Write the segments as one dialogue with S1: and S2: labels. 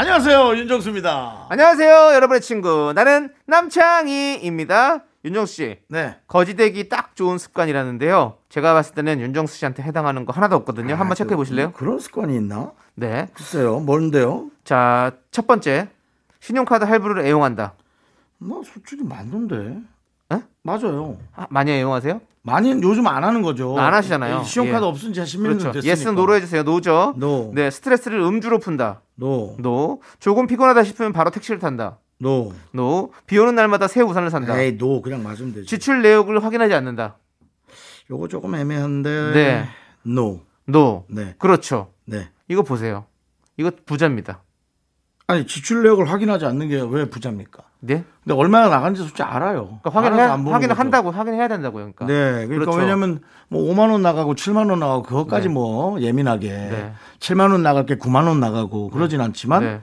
S1: 안녕하세요 윤정수입니다.
S2: 안녕하세요, 여러분의 친구. 나는 남창희입니다. 윤정수 씨.
S1: 네.
S2: 거지되기 딱 좋은 습관이라는데요. 제가 봤을 때는 윤정수 씨한테 해당하는 거 하나도 없거든요. 네, 한번
S1: 아,
S2: 체크해 보실래요?
S1: 그, 런 습관이 있나?
S2: 네.
S1: 글쎄요, 뭔데요?
S2: 자, 첫 번째. 신용카드 할부를 애용한다.
S1: 나 솔직히 맞는데.
S2: 에?
S1: 맞아요.
S2: 아, 많이 애용하세요?
S1: 많이 요즘 안 하는 거죠.
S2: 안 하시잖아요.
S1: 신용카드
S2: 예.
S1: 없은 지 10년
S2: 그렇죠.
S1: 음, 됐으니까.
S2: 예스는 노로 해주세요. 노죠.
S1: 노.
S2: 네, 스트레스를 음주로 푼다.
S1: 노.
S2: 노. 조금 피곤하다 싶으면 바로 택시를 탄다.
S1: 노.
S2: 노. 비 오는 날마다 새 우산을 산다.
S1: 에이 노 그냥 맞으면 되지.
S2: 네. 지출 내역을 확인하지 않는다.
S1: 요거 조금 애매한데.
S2: 네.
S1: 노.
S2: 노.
S1: 네.
S2: 그렇죠.
S1: 네.
S2: 이거 보세요. 이거 부자입니다.
S1: 아니 지출 내역을 확인하지 않는 게 왜 부자입니까?
S2: 네?
S1: 근데 얼마나 나간지 솔직히 알아요.
S2: 그러니까 확인을
S1: 알아서
S2: 해야,
S1: 안 보는
S2: 확인을
S1: 거죠.
S2: 한다고 확인해야 된다고 그러니까.
S1: 네, 그러니까
S2: 그렇죠.
S1: 왜냐면 뭐 5만 원 나가고 7만 원 나가고 그것까지
S2: 네.
S1: 뭐 예민하게
S2: 네.
S1: 7만 원 나갈 게 9만 원 나가고 그러진 않지만
S2: 네.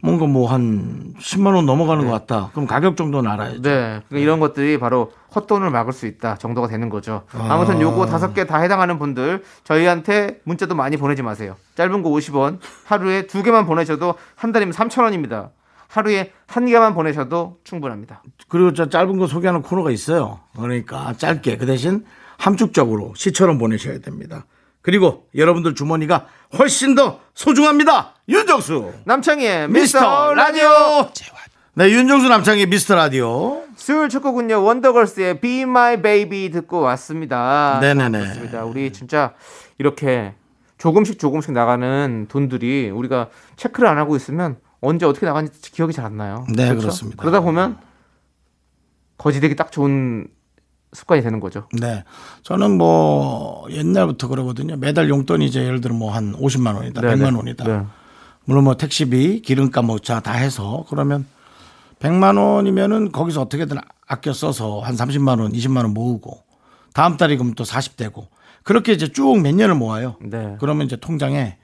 S1: 뭔가 뭐 한 10만 원 넘어가는 것 같다. 그럼 가격 정도는 알아야죠.
S2: 네. 그러니까 이런 것들이 바로 헛돈을 막을 수 있다 정도가 되는 거죠. 아무튼 요거 다섯 개 다 해당하는 분들 저희한테 문자도 많이 보내지 마세요. 짧은 거 50원, 하루에 두 개만 보내셔도 한 달이면 3,000원입니다. 하루에 한 개만 보내셔도 충분합니다.
S1: 그리고 저 짧은 거 소개하는 코너가 있어요. 그러니까 짧게 그 대신 함축적으로 시처럼 보내셔야 됩니다. 그리고 여러분들 주머니가 훨씬 더 소중합니다. 윤정수
S2: 남창희의
S1: 미스터
S2: 미스터 라디오.
S1: 라디오. 네, 윤정수 남창의 미스터 라디오.
S2: 수요일 첫 곡은요 원더걸스의 Be My Baby 듣고 왔습니다.
S1: 네네네.
S2: 그렇습니다. 우리 진짜 이렇게 조금씩 조금씩 나가는 돈들이 우리가 체크를 안 하고 있으면 언제 어떻게 나갔는지 기억이 잘 안 나요. 그렇죠?
S1: 네, 그렇습니다.
S2: 그러다 보면 거지되기 딱 좋은 습관이 되는 거죠.
S1: 네. 저는 뭐 옛날부터 그러거든요. 매달 용돈이 이제 예를 들어 뭐 한 50만 원이다.
S2: 네,
S1: 100만
S2: 네.
S1: 원이다.
S2: 네.
S1: 물론 뭐 택시비, 기름값 뭐자다 해서 그러면 100만 원이면은 거기서 어떻게든 아껴 써서 한 30만 원, 20만 원 모으고 다음 달이 그럼 또 40대고 그렇게 이제 쭉 몇 년을 모아요.
S2: 네.
S1: 그러면 이제 통장에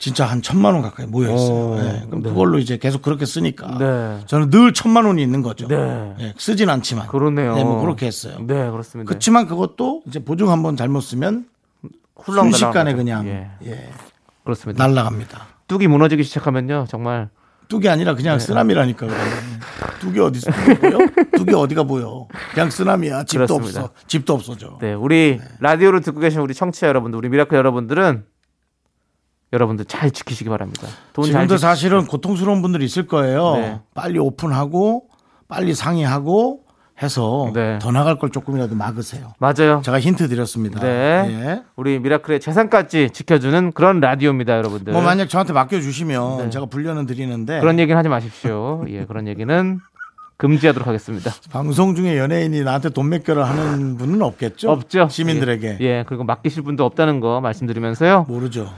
S1: 진짜 한 천만 원 가까이 모여 있어요.
S2: 오,
S1: 예. 그럼
S2: 네.
S1: 그걸로 이제 계속 그렇게 쓰니까
S2: 네.
S1: 저는 늘 천만 원이 있는 거죠.
S2: 네.
S1: 예, 쓰진 않지만
S2: 그러네요.
S1: 네, 뭐 그렇게 했어요.
S2: 네, 그렇습니다.
S1: 그렇지만 그것도 이제 보증 한번 잘못 쓰면
S2: 훌렁
S1: 순식간에
S2: 날아가죠.
S1: 그냥
S2: 예.
S1: 예,
S2: 그렇습니다.
S1: 날라갑니다.
S2: 뚝이 무너지기 시작하면요. 정말
S1: 뚝이 아니라
S2: 네.
S1: 그냥 쓰나미라니까. 요 뚝이 어디 있어? 뚝이 보여? 뚝이 어디가 보여? 그냥 쓰나미야. 집도
S2: 그렇습니다.
S1: 없어. 집도 없어져.
S2: 네, 우리 라디오를 듣고 계신 우리 청취자 여러분들, 우리 미라클 여러분들은 여러분들 잘 지키시기 바랍니다. 돈 잘
S1: 지금도
S2: 지키...
S1: 사실은 고통스러운 분들이 있을 거예요.
S2: 네.
S1: 빨리 오픈하고 빨리 상의하고 해서
S2: 네.
S1: 더 나갈 걸 조금이라도 막으세요.
S2: 맞아요.
S1: 제가 힌트 드렸습니다.
S2: 네.
S1: 예.
S2: 우리 미라클의 재산까지 지켜주는 그런 라디오입니다, 여러분들.
S1: 뭐 만약 저한테 맡겨주시면
S2: 네.
S1: 제가 불려는 드리는데
S2: 그런 얘기는 하지 마십시오. 예, 그런 얘기는 금지하도록 하겠습니다.
S1: 방송 중에 연예인이 나한테 돈 맡겨라 하는 분은 없겠죠?
S2: 없죠?
S1: 시민들에게
S2: 예, 예, 그리고 맡기실 분도 없다는 거 말씀드리면서요.
S1: 모르죠.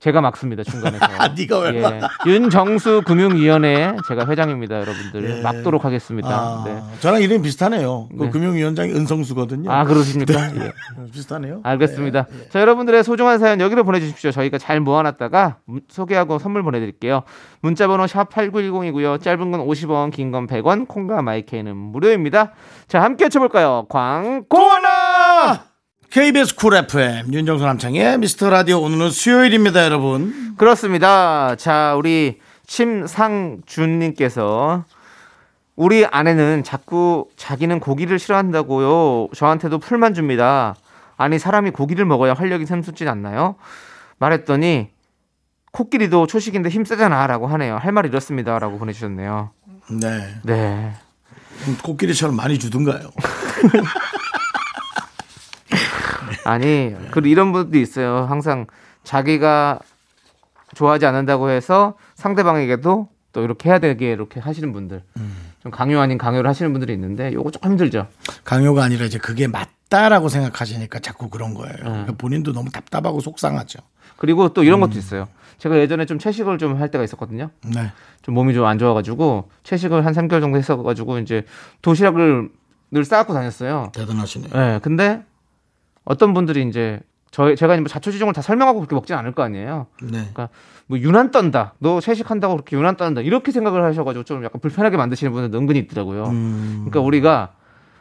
S2: 제가 막습니다, 중간에서.
S1: 아, 네가 왜
S2: 예. 윤정수 금융위원회 제가 회장입니다, 여러분들.
S1: 예.
S2: 막도록 하겠습니다.
S1: 아,
S2: 네.
S1: 저랑 이름이 비슷하네요. 그
S2: 네.
S1: 금융위원장이 은성수거든요.
S2: 아, 그러십니까?
S1: 네.
S2: 예.
S1: 그렇죠. 비슷하네요.
S2: 알겠습니다. 자, 여러분들의 소중한 사연 여기로 보내주십시오. 저희가 잘 모아놨다가 문- 소개하고 선물 보내드릴게요. 문자번호 샵 8910이고요. 짧은 건 50원, 긴 건 100원, 콩과 마이케이는 무료입니다. 자, 함께 쳐볼까요? 광고하나!
S1: KBS 아, 쿨 FM 윤정수 남창의 미스터 라디오 오늘은 수요일입니다, 여러분.
S2: 그렇습니다. 자, 우리 심상준님께서 우리 아내는 자꾸 자기는 고기를 싫어한다고요. 저한테도 풀만 줍니다. 아니 사람이 고기를 먹어야 활력이 샘솟진 않나요? 말했더니 코끼리도 초식인데 힘쓰잖아라고 하네요. 할 말 이렇습니다라고 보내주셨네요.
S1: 네.
S2: 네.
S1: 그럼 코끼리처럼 많이 주든가요?
S2: 아니 그 이런 분도 있어요. 항상 자기가 좋아하지 않는다고 해서 상대방에게도 또 이렇게 해야 되게 이렇게 하시는 분들 좀 강요 아닌 강요를 하시는 분들이 있는데 요거 조금 힘들죠.
S1: 강요가 아니라 이제 그게 맞다라고 생각하시니까 자꾸 그런 거예요.
S2: 네.
S1: 그러니까 본인도 너무 답답하고 속상하죠.
S2: 그리고 또 이런 것도 있어요. 제가 예전에 좀 채식을 좀 할 때가 있었거든요.
S1: 네.
S2: 좀 몸이 좀 안 좋아가지고 채식을 한 3개월 정도 했어가지고 이제 도시락을 늘 싸갖고 다녔어요.
S1: 대단하시네요.
S2: 예, 근데 어떤 분들이 이제 저 제가 뭐 자초지종을 다 설명하고 그렇게 먹진 않을 거 아니에요.
S1: 네.
S2: 그러니까 뭐 유난 떤다, 너 채식한다고 그렇게 유난 떤다 이렇게 생각을 하셔가지고 좀 약간 불편하게 만드시는 분들 은근히 있더라고요.
S1: 음.
S2: 그러니까 우리가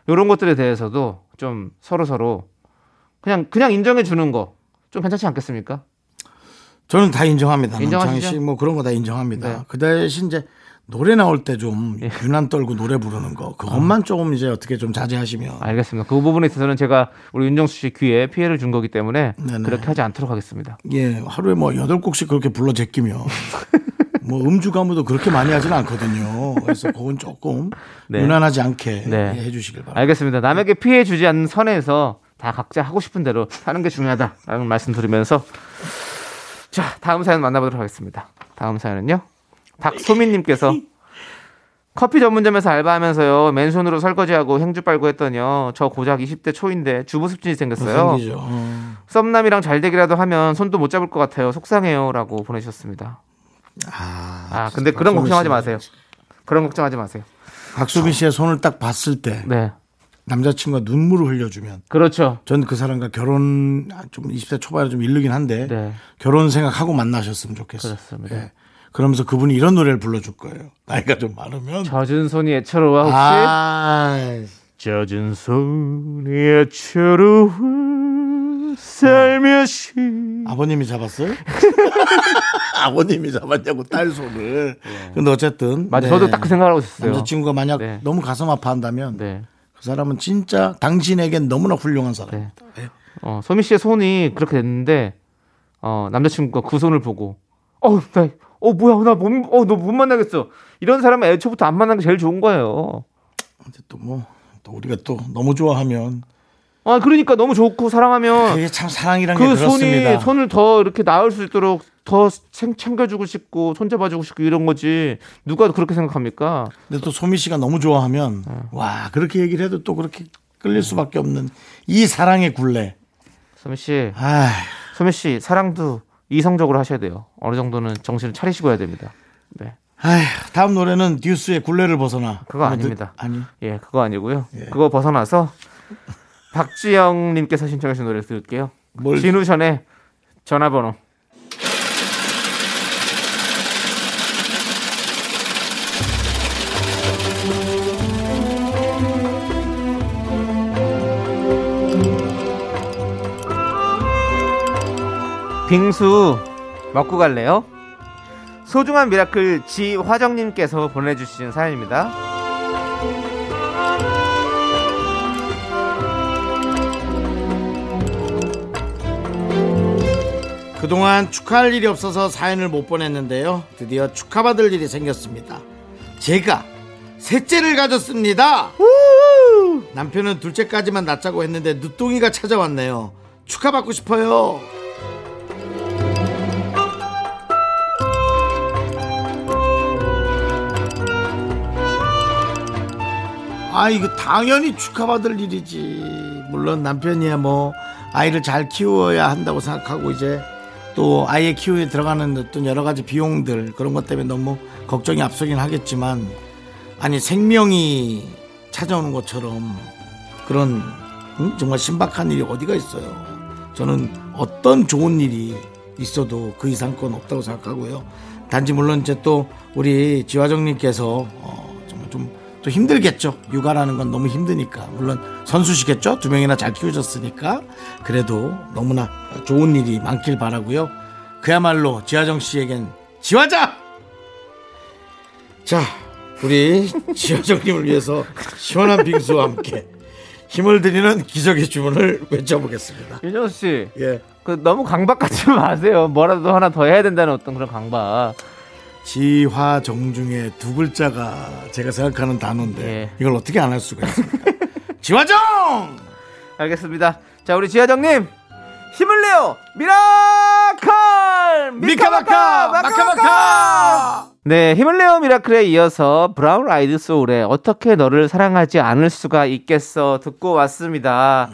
S2: 이런 것들에 대해서도 좀 서로 서로 그냥 그냥 인정해 주는 거 좀 괜찮지 않겠습니까?
S1: 저는 다 인정합니다. 남창희
S2: 인정하시죠?
S1: 씨 뭐 그런 거 다 인정합니다.
S2: 네. 예.
S1: 그 대신 이제 노래 나올 때 좀 유난 떨고 노래 부르는 거
S2: 아.
S1: 그것만 조금 이제 어떻게 좀 자제하시면
S2: 알겠습니다. 그 부분에 있어서는 제가 우리 윤정수 씨 귀에 피해를 준 거기 때문에
S1: 네네.
S2: 그렇게 하지 않도록 하겠습니다.
S1: 예 하루에 뭐 여덟 곡씩 그렇게 불러 제끼면 뭐 음주 가무도 그렇게 많이 하진 않거든요. 그래서 그건 조금
S2: 네.
S1: 유난하지 않게
S2: 네.
S1: 예, 해주시길 바랍니다.
S2: 알겠습니다. 남에게 피해 주지 않는 선에서 다 각자 하고 싶은 대로 하는 게 중요하다라는 말씀 드리면서 자 다음 사연 만나보도록 하겠습니다. 다음 사연은요. 박소민님께서 커피 전문점에서 알바하면서요 맨손으로 설거지하고 행주 빨고 했더니요 저 고작 20대 초인데 주부 습진이 생겼어요.
S1: 생기죠. 어.
S2: 썸남이랑 잘 되기라도 하면 손도 못 잡을 것 같아요. 속상해요라고 보내주셨습니다.
S1: 아,
S2: 아 근데 그런 걱정하지 마세요. 그런 걱정하지 마세요.
S1: 박수빈 씨의 손을 딱 봤을 때
S2: 네
S1: 남자친구가 눈물을 흘려주면
S2: 그렇죠.
S1: 전 그 사람과 결혼 아, 좀 20대 초반에 좀 이르긴 한데
S2: 네.
S1: 결혼 생각하고 만나셨으면 좋겠어요.
S2: 그렇습니다.
S1: 예. 그러면서 그분이 이런 노래를 불러줄 거예요. 나이가 좀 많으면
S2: 젖은 손이 애처로와 혹시
S1: 아,
S2: 젖은 손이 애처로 살며시
S1: 아버님이 잡았어요? 아버님이 잡았냐고 딸 손을. 근데 어쨌든
S2: 네. 맞아
S1: 네.
S2: 저도 딱 그 생각하고 있었어요
S1: 남자친구가 만약
S2: 네.
S1: 너무 가슴 아파한다면
S2: 네.
S1: 그 사람은 진짜 당신에겐 너무나 훌륭한 사람입니다. 예.
S2: 어, 소미 씨의 손이 그렇게 됐는데 어, 남자친구가 그 손을 보고 어우 나, 어 뭐야 나못어너 못 만나겠어 이런 사람은 애초부터 안 만나는 게 제일 좋은 거예요
S1: 근데 또 뭐. 또 우리가 또 너무 좋아하면
S2: 아 그러니까 너무 좋고 사랑하면
S1: 그게 참 사랑이란 게
S2: 어. 그
S1: 그렇습니다.
S2: 손이 손을 더 이렇게 나을 수 있도록 더 챙- 챙겨주고 싶고 손잡아주고 싶고 이런 거지 누가 그렇게 생각합니까
S1: 근데 또 소미 씨가 너무 좋아하면
S2: 음.
S1: 와 그렇게 얘기를 해도 또 그렇게 끌릴 수밖에 없는 이 사랑의 굴레.
S2: 소미 씨
S1: 아
S2: 소미 씨 사랑도 이성적으로 하셔야 돼요. 어느 정도는 정신을 차리시고 해야 됩니다. 네,
S1: 아휴, 다음 노래는 듀스의 굴레를 벗어나.
S2: 그거
S1: 한번
S2: 아닙니다.
S1: 듣- 아니.
S2: 예, 그거 아니고요. 그거 벗어나서 박지영님께서 신청하신 노래 들을게요.
S1: 뭘-
S2: 진우션의 전화번호. 빙수 먹고 갈래요? 소중한 미라클 지화정님께서 보내주신 사연입니다.
S1: 그동안 축하할 일이 없어서 사연을 못 보냈는데요. 드디어 축하받을 일이 생겼습니다. 제가 셋째를 가졌습니다. 남편은 둘째까지만 낳자고 했는데 늦둥이가 찾아왔네요. 축하받고 싶어요. 아 이거 당연히 축하받을 일이지 물론 남편이야 뭐 아이를 잘 키워야 한다고 생각하고 이제 또 아이의 키우에 들어가는 어떤 여러 가지 비용들 그런 것 때문에 너무 걱정이 앞서긴 하겠지만 아니 생명이 찾아오는 것처럼 그런 응? 정말 신박한 일이 어디가 있어요 저는 어떤 좋은 일이 있어도 그 이상 건 없다고 생각하고요 단지 물론 이제 또 우리 지화정님께서 어, 정말 좀 또 힘들겠죠. 육아라는 건 너무 힘드니까. 물론 선수시겠죠. 두 명이나 잘 키우셨으니까. 그래도 너무나 좋은 일이 많길 바라고요. 그야말로 지화정 씨에겐 지화자! 자, 우리 지화정님을 위해서 시원한 빙수와 함께 힘을 드리는 기적의 주문을 외쳐보겠습니다.
S2: 윤정수 씨,
S1: 예.
S2: 그 너무 강박 갖지 마세요. 뭐라도 하나 더 해야 된다는 어떤 그런 강박.
S1: 지화정 중에 두 글자가 제가 생각하는 단어인데
S2: 예.
S1: 이걸 어떻게 안 할 수가 있습니까? 지화정!
S2: 알겠습니다. 자, 우리 지하정님 힘을 내요. 미라클
S1: 미카마카! 마카마카!
S2: 네, 힘을 내어 미라클에 이어서 브라운 아이드 소울의 어떻게 너를 사랑하지 않을 수가 있겠어 듣고 왔습니다.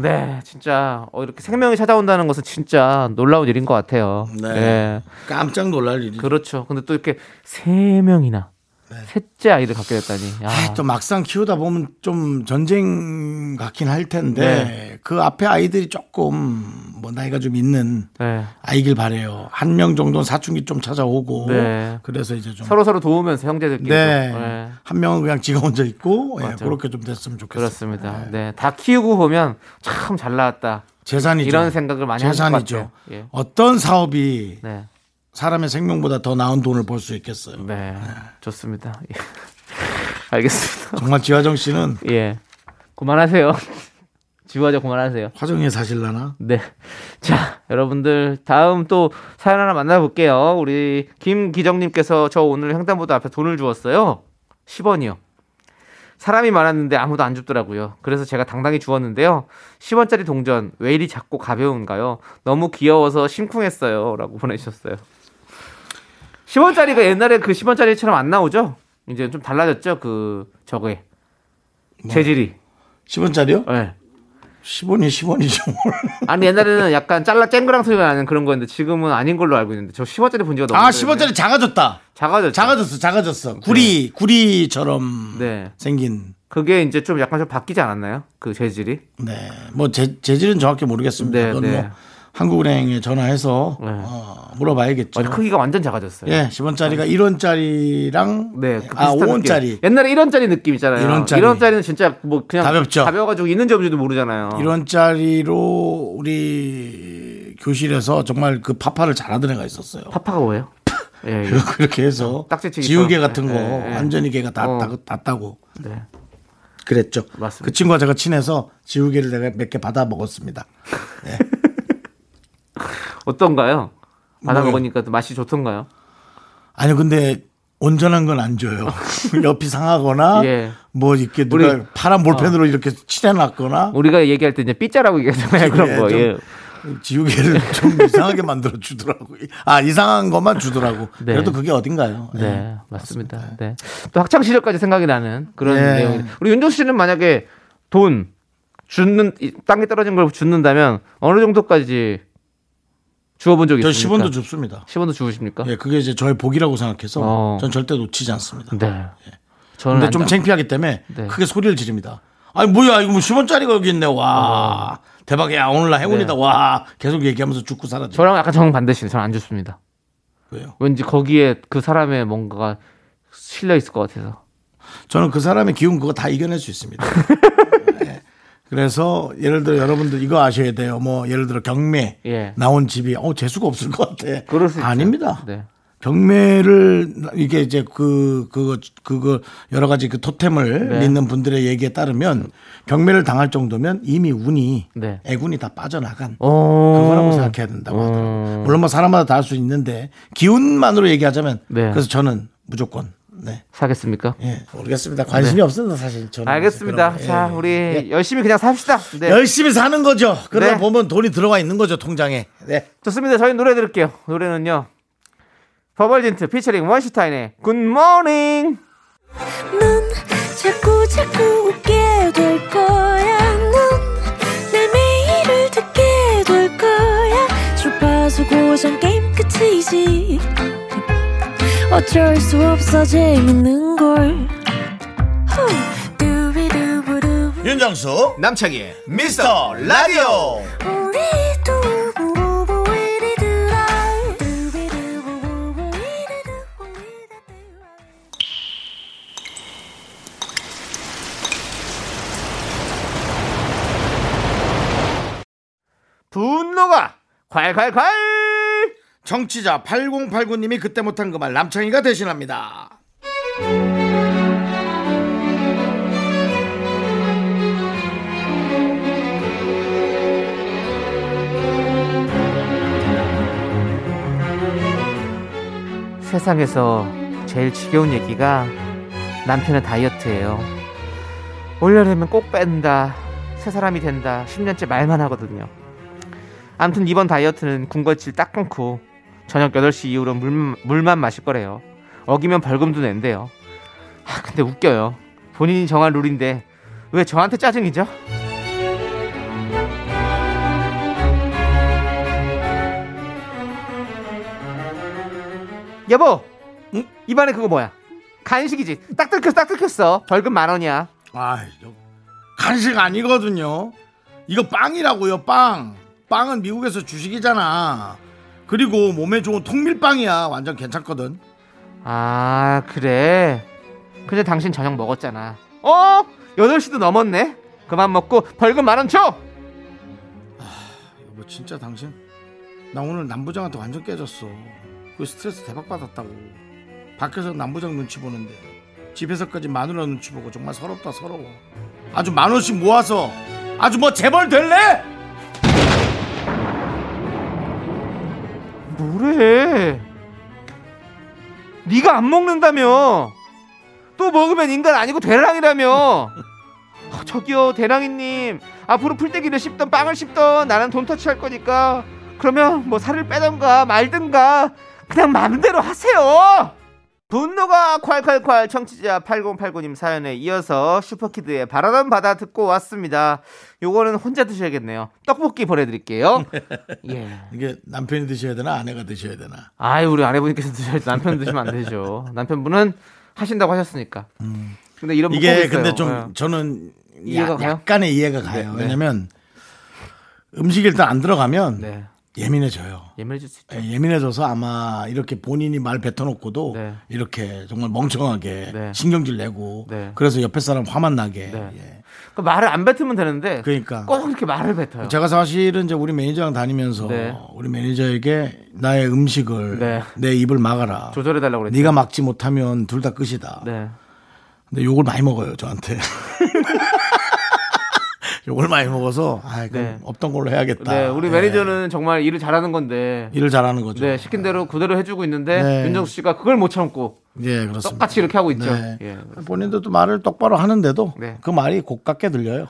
S2: 네, 진짜 어, 이렇게 생명이 찾아온다는 것은 진짜 놀라운 일인 것 같아요.
S1: 네. 깜짝 놀랄 일이. 죠
S2: 그렇죠. 근데 또 이렇게 세 명이나
S1: 네.
S2: 셋째 아이를 갖게 됐다니. 야.
S1: 또 막상 키우다 보면 좀 전쟁 같긴 할 텐데
S2: 네.
S1: 그 앞에 아이들이 조금 뭐 나이가 좀 있는
S2: 네.
S1: 아이길 바래요. 한 명 정도는 사춘기 좀 찾아오고
S2: 네.
S1: 그래서 이제 좀
S2: 서로 서로 도우면서 형제들끼리.
S1: 네.
S2: 네.
S1: 한 명은 그냥 지가 혼자 있고 예,
S2: 맞아요.
S1: 그렇게 좀 됐으면 좋겠어요.
S2: 그렇습니다. 네. 다 키우고 보면 참 잘 나왔다.
S1: 재산이죠.
S2: 이런 생각을 많이 하는 것
S1: 재산이죠.
S2: 같아요. 예.
S1: 어떤 사업이
S2: 네.
S1: 사람의 생명보다 더 나은 돈을 벌 수 있겠어요.
S2: 네. 좋습니다. 예. 알겠습니다.
S1: 정말 지화정 씨는
S2: 예. 그만하세요. 지우하자 그만하세요.
S1: 화정에 사실라나?
S2: 네. 자, 여러분들 다음 또 사연 하나 만나볼게요. 우리 김기정님께서 저 오늘 횡단보도 앞에 돈을 주었어요. 10원이요. 사람이 많았는데 아무도 안 줍더라고요. 그래서 제가 당당히 주었는데요. 10원짜리 동전 왜 이리 작고 가벼운가요? 너무 귀여워서 심쿵했어요라고 보내주셨어요. 10원짜리가 옛날에 그 10원짜리처럼 안 나오죠? 이제 좀 달라졌죠? 그 저거에 재질이.
S1: 10원짜리요?
S2: 네.
S1: 10원이 10원이죠.
S2: 아니 옛날에는 약간 잘라 쨍그랑 소리가 나는 그런 거였는데 지금은 아닌 걸로 알고 있는데 저 10원짜리 본 지가 너무
S1: 아,
S2: 오래됐네.
S1: 10원짜리 작아졌다.
S2: 작아졌죠.
S1: 작아졌어, 작아졌어. 구리, 구리처럼
S2: 네.
S1: 생긴.
S2: 그게 이제 좀 약간 좀 바뀌지 않았나요? 그 재질이.
S1: 네. 뭐, 재, 재질은 정확히 모르겠습니다.
S2: 네,
S1: 그건
S2: 네.
S1: 뭐, 한국은행에 전화해서
S2: 네.
S1: 어, 물어봐야겠죠.
S2: 아니, 크기가 완전 작아졌어요.
S1: 예, 10원짜리가 1원짜리랑
S2: 네. 그
S1: 아,
S2: 비슷한 느낌.
S1: 5원짜리.
S2: 옛날에 1원짜리 느낌 있잖아요.
S1: 1원짜리.
S2: 1원짜리. 는 진짜 뭐 그냥
S1: 가볍죠.
S2: 가벼워 가지고 있는지 없는지도 모르잖아요.
S1: 1원짜리로 우리 교실에서 정말 그 파파를 잘하던 애가 있었어요.
S2: 파파가 뭐예요? 예. 예.
S1: 그렇게 해서
S2: 딱지치기
S1: 지우개
S2: 처럼.
S1: 같은 거
S2: 예, 예.
S1: 완전히 걔가 다,
S2: 어.
S1: 다, 땄다고
S2: 네.
S1: 그랬죠.
S2: 맞습니다.
S1: 그 친구와 제가 친해서 지우개를 내가 몇 개 받아 먹었습니다.
S2: 어떤가요? 받아
S1: 뭐예요?
S2: 먹으니까 또 맛이 좋던가요?
S1: 아니 근데 온전한 건 안 줘요. 옆이 상하거나
S2: 예.
S1: 뭐 이렇게 누가
S2: 우리- 어.
S1: 파란 볼펜으로 이렇게 칠해놨거나
S2: 우리가 얘기할 때 이제 삐짜라고 얘기하잖아요.
S1: 예,
S2: 그런 거.
S1: 좀-
S2: 예.
S1: 지우개를 좀 이상하게 만들어 주더라고. 아 이상한 것만 주더라고.
S2: 네.
S1: 그래도 그게 어딘가요? 예.
S2: 네, 맞습니다. 네. 또 학창 시절까지 생각이 나는 그런
S1: 네.
S2: 내용. 우리 윤종 씨는 만약에 돈 주는 이 땅에 떨어진 걸 줍는다면 어느 정도까지 주어본 적이
S1: 저
S2: 있습니까?
S1: 10원도 줍습니다.
S2: 10원도 주십니까?
S1: 예, 그게 이제 저의 복이라고 생각해서
S2: 어.
S1: 전 절대 놓치지 않습니다.
S2: 네. 저는
S1: 근데
S2: 안
S1: 좀
S2: 나-
S1: 창피하기 때문에
S2: 네.
S1: 크게 소리를 지릅니다. 아니 뭐야 이거 뭐 10원짜리가 여기 있네 와 대박이야 오늘 날 행운이다
S2: 네.
S1: 와 계속 얘기하면서 죽고 살아죠
S2: 저랑 약간 정반대시네. 저는 안 줍습니다.
S1: 왜요?
S2: 왠지 거기에 그 사람의 뭔가가 실려 있을 것 같아서.
S1: 저는 그 사람의 기운 그거 다 이겨낼 수 있습니다. 네. 그래서 예를 들어 여러분들 이거 아셔야 돼요. 뭐 예를 들어 경매
S2: 예.
S1: 나온 집이 어 재수가 없을 것 같아.
S2: 그럴 수 있죠.
S1: 아닙니다.
S2: 네.
S1: 경매를 이게 이제 그 그거 그거 여러 가지 그 토템을
S2: 네.
S1: 믿는 분들의 얘기에 따르면 경매를 당할 정도면 이미 운이
S2: 네.
S1: 애군이 다 빠져나간
S2: 어.
S1: 그거라고 생각해야 된다고 하더라고요. 물론 뭐 사람마다 다 할 수 있는데 기운만으로 얘기하자면
S2: 네.
S1: 그래서 저는 무조건 네.
S2: 사겠습니까?
S1: 예, 모르겠습니다. 관심이 없어서 사실 저는
S2: 네. 알겠습니다.
S1: 그런 거, 예,
S2: 자,
S1: 예.
S2: 우리
S1: 예.
S2: 열심히 그냥 삽시다. 네.
S1: 열심히 사는 거죠. 그러다
S2: 네.
S1: 보면 돈이 들어가 있는 거죠, 통장에. 네.
S2: 좋습니다. 저희 노래 들을게요. 노래는요. 버벌진트 피처링 원슈타인의 굿모닝.
S3: 넌 자꾸 자꾸 웃게 될 거야. 넌내 매일을 듣게 될 거야. 주파수 고정 게임 끝이지. 어쩔 수 없어 재밌는 걸. 후. 두비두부두.
S1: 윤정수 남창희 미스터 라디오.
S3: 우리 두부부부 우리 두라. 두비두부부부 우리 두부 우리 두라.
S2: 분노가 콸콸콸!
S1: 정치자 8089님이 그때 못한 그 말 남창희가 대신합니다.
S2: 세상에서 제일 지겨운 얘기가 남편의 다이어트예요. 올여름엔 꼭 뺀다. 새 사람이 된다. 10년째 말만 하거든요. 암튼 이번 다이어트는 군것질 딱 끊고 저녁 8시 이후로 물만, 물만 마실 거래요. 어기면 벌금도 낸대요. 아, 근데 웃겨요. 본인이 정한 룰인데 왜 저한테 짜증이죠? 여보,
S1: 응?
S2: 입안에 그거 뭐야? 간식이지. 딱 들켰어, 딱 들켰어. 벌금 만 원이야.
S1: 아, 이거 간식 아니거든요. 이거 빵이라고요, 빵. 빵은 미국에서 주식이잖아. 그리고 몸에 좋은 통밀빵이야. 완전 괜찮거든.
S2: 아 그래 근데 당신 저녁 먹었잖아 어? 8시도 넘었네 그만 먹고 벌금 만 원 줘!
S1: 여보, 뭐 진짜 당신? 나 오늘 남부장한테 완전 깨졌어. 그 스트레스 대박 받았다고. 밖에서 남부장 눈치 보는데 집에서까지 마누라 눈치 보고 정말 서럽다 서러워. 아주 만 원씩 모아서 아주 뭐 재벌 될래?
S2: 뭐래 네가 안 먹는다며 또 먹으면 인간 아니고 대랑이라며 아, 저기요 대랑이님 앞으로 풀떼기를 씹던 빵을 씹던 나는 돈 터치할 거니까 그러면 뭐 살을 빼던가 말든가 그냥 마음대로 하세요 분노가 콸콸콸 청취자 8089님 사연에 이어서 슈퍼키드의 바라던 바다 듣고 왔습니다 요거는 혼자 드셔야겠네요 떡볶이 보내드릴게요 예.
S1: 이게 남편이 드셔야 되나 아내가 드셔야 되나?
S2: 아이 우리 아내분께서 드셔야지 남편 드시면 안 되죠. 남편분은 하신다고 하셨으니까. 근데 이런 분꼭
S1: 음. 이게
S2: 있어요.
S1: 근데 좀
S2: 예.
S1: 저는
S2: 이해가
S1: 야-
S2: 가요?
S1: 약간의 이해가 가요.
S2: 네.
S1: 왜냐면 음식 일단 안 들어가면
S2: 네.
S1: 예민해져요.
S2: 예민해질 수 있죠.
S1: 예, 예민해져서 아마 이렇게 본인이 말 뱉어놓고도
S2: 네.
S1: 이렇게 정말 멍청하게
S2: 네.
S1: 신경질 내고
S2: 네.
S1: 그래서 옆에 사람 화만 나게.
S2: 네.
S1: 예.
S2: 그 말을 안 뱉으면 되는데
S1: 그러니까.
S2: 꼭 그렇게 말을 뱉어요.
S1: 제가 사실은 이제 우리 매니저랑 다니면서
S2: 네.
S1: 우리 매니저에게 나의 음식을
S2: 네.
S1: 내 입을 막아라.
S2: 조절해 달라고 그랬죠.
S1: 네가 막지 못하면 둘 다 끝이다.
S2: 네.
S1: 근데 욕을 많이 먹어요 저한테. 욕을 많이 먹어서 아 그럼
S2: 네.
S1: 없던 걸로 해야겠다.
S2: 네, 우리
S1: 예.
S2: 매니저는 정말 일을 잘하는 건데
S1: 일을 잘하는 거죠.
S2: 네, 시킨 대로 그대로 해주고 있는데
S1: 네.
S2: 윤정수 씨가 그걸 못 참고
S1: 예 그렇습니다.
S2: 똑같이 이렇게 하고 있죠.
S1: 네.
S2: 예.
S1: 본인도 또 말을 똑바로 하는데도
S2: 네.
S1: 그 말이 곱깝게 들려요.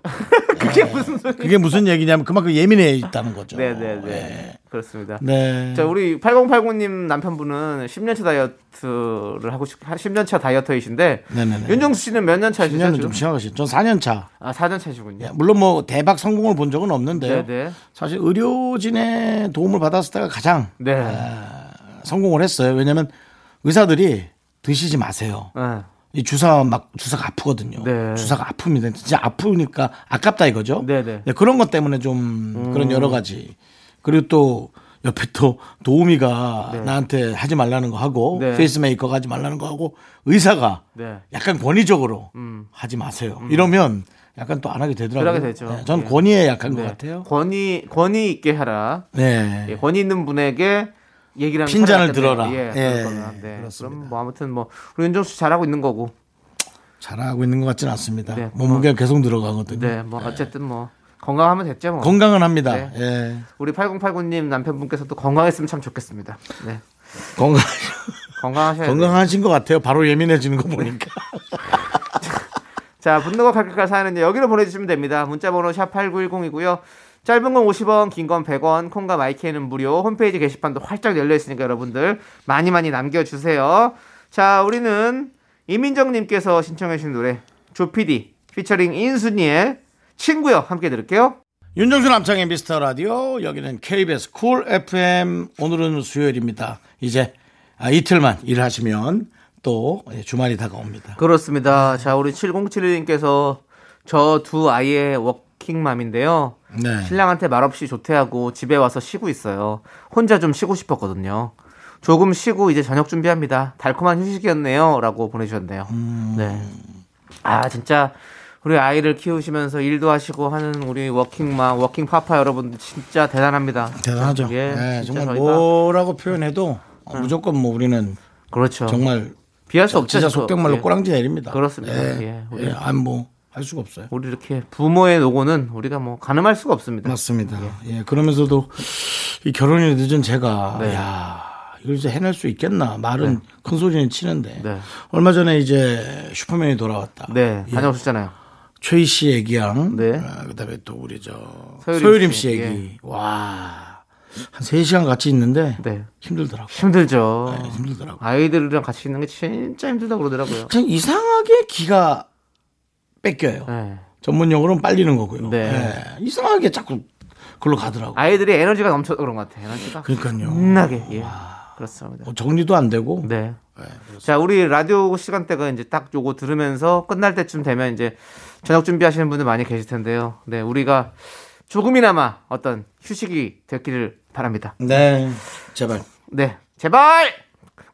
S2: 그게 무슨 소리?
S1: 네. 그게 무슨 얘기냐면 그만큼 예민해 있다는 거죠.
S2: 네, 네,
S1: 예.
S2: 네. 그렇습니다.
S1: 네.
S2: 자, 우리 8089님 남편분은 10년차 다이어트를 하고 싶, 10년차 다이어터이신데,
S1: 네네네.
S2: 윤정수 씨는 몇 년 차시죠?
S1: 10년은
S2: 지금?
S1: 좀 심하시죠. 전 4년 차.
S2: 아, 4년 차시군요.
S1: 예, 물론 뭐 대박 성공을 본 적은 없는데
S2: 네, 네.
S1: 사실 의료진의 도움을 받았을 때가 가장
S2: 네.
S1: 성공을 했어요. 왜냐하면 의사들이 드시지 마세요.
S2: 네.
S1: 이 주사 막 주사가 아프거든요.
S2: 네.
S1: 주사가 아픕니다. 진짜 아프니까 아깝다 이거죠.
S2: 네네. 음.
S1: 네, 그런 것 때문에 좀 그런 여러 가지 그리고 또 옆에 또 도우미가 나한테 하지 말라는 거 하고
S2: 네.
S1: 페이스메이커가 하지 말라는 거 하고 의사가
S2: 네. 음.
S1: 약간 권위적으로 하지 마세요. 이러면 약간 또 안 하게 되더라고요.
S2: 그러게 되죠.
S1: 네, 전
S2: 예.
S1: 권위에 약한 것
S2: 네.
S1: 같아요.
S2: 권위, 권위 있게 하라.
S1: 네.
S2: 예, 권위 있는 분에게 얘기를 하면
S1: 핀잔을
S2: 편하겠네요.
S1: 들어라.
S2: 예,
S1: 예,
S2: 그럴 거면. 네.
S1: 그렇습니다.
S2: 그럼 뭐 아무튼 뭐, 우리 윤정수 씨 잘하고 있는 거고.
S1: 잘하고 있는 것 같지는 않습니다.
S2: 네.
S1: 몸무게가 계속 들어가거든요.
S2: 네, 뭐 어쨌든 뭐, 건강하면 됐죠 뭐.
S1: 음. 건강은 합니다.
S2: 네.
S1: 예.
S2: 우리 8089님 남편분께서도 건강했으면 참 좋겠습니다. 네.
S1: 건강
S2: 건강하셔야 돼요.
S1: 건강하신 것 같아요. 바로 예민해지는 거 보니까.
S2: 자, 분노가 칼칼칼 사연은요. 여기로 보내주시면 됩니다. 문자번호 샵 8910이고요. 짧은 건 50원, 긴 건 100원, 콩과 마이크는 무료. 홈페이지 게시판도 활짝 열려 있으니까 여러분들 많이 많이 남겨주세요. 자, 우리는 이민정님께서 신청해주신 노래 조피디 피처링 인순이의 친구요 함께 들을게요.
S1: 윤정수 남창의 미스터 라디오 여기는 KBS 쿨 FM 오늘은 수요일입니다. 이제 아, 이틀만 일하시면 또 예, 주말이 다가옵니다.
S2: 그렇습니다. 자, 우리 7071님께서 저 두 아이의 워킹맘인데요.
S1: 네.
S2: 신랑한테 말없이 조퇴하고 집에 와서 쉬고 있어요. 혼자 좀 쉬고 싶었거든요. 조금 쉬고 이제 저녁 준비합니다. 달콤한 휴식이었네요. 라고 보내주셨네요.
S1: 음.
S2: 네. 아, 진짜 우리 아이를 키우시면서 일도 하시고 하는 우리 워킹맘, 워킹파파 여러분들 진짜 대단합니다.
S1: 대단하죠.
S2: 예,
S1: 예,
S2: 진짜
S1: 정말
S2: 저희가-
S1: 뭐라고 표현해도 어, 무조건 뭐 우리는
S2: 그렇죠.
S1: 정말
S2: 비할 수 없죠.
S1: 진짜
S2: 저도.
S1: 속된말로
S2: 예.
S1: 꼬랑지 내립니다.
S2: 그렇습니다.
S1: 예,
S2: 예, 우리-
S1: 예, 안뭐할 수가 없어요.
S2: 우리 이렇게 부모의 노고는 우리가 뭐 가늠할 수가 없습니다.
S1: 맞습니다. 예, 그러면서도 이 결혼이 늦은 제가
S2: 네.
S1: 야 이걸 이제 해낼 수 있겠나 말은 큰 소리는 치는데
S2: 네.
S1: 얼마 전에 이제 슈퍼맨이 돌아왔다.
S2: 네,
S1: 예,
S2: 다녀오셨잖아요.
S1: 최희 씨 얘기랑
S2: 네.
S1: 아, 그다음에 또 우리 저
S2: 서유림
S1: 서유림
S2: 씨,
S1: 씨 얘기.
S2: 예.
S1: 와 한 3시간 같이 있는데
S2: 네.
S1: 힘들더라고.
S2: 아, 예, 힘들죠.
S1: 네, 힘들더라고.
S2: 아이들이랑 같이 있는 게 진짜 힘들다 고 그러더라고요.
S1: 그냥 이상하게 기가 뺏겨요.
S2: 네.
S1: 전문 용어로는 빨리는 거고요.
S2: 네.
S1: 예, 이상하게 자꾸 그걸로 가더라고. 요
S2: 아이들이 에너지가 넘쳐 그런 것 같아요. 에너지가
S1: 그러니까요.
S2: 겁나게. 예. 그렇습니다.
S1: 어, 정리도 안 되고.
S2: 네. 자, 우리 라디오 시간대가 이제 딱 요거 들으면서 끝날 때쯤 되면 이제 저녁 준비하시는 분들 많이 계실 텐데요. 네, 우리가 조금이나마 어떤 휴식이 됐기를 바랍니다.
S1: 네. 제발.
S2: 네. 제발!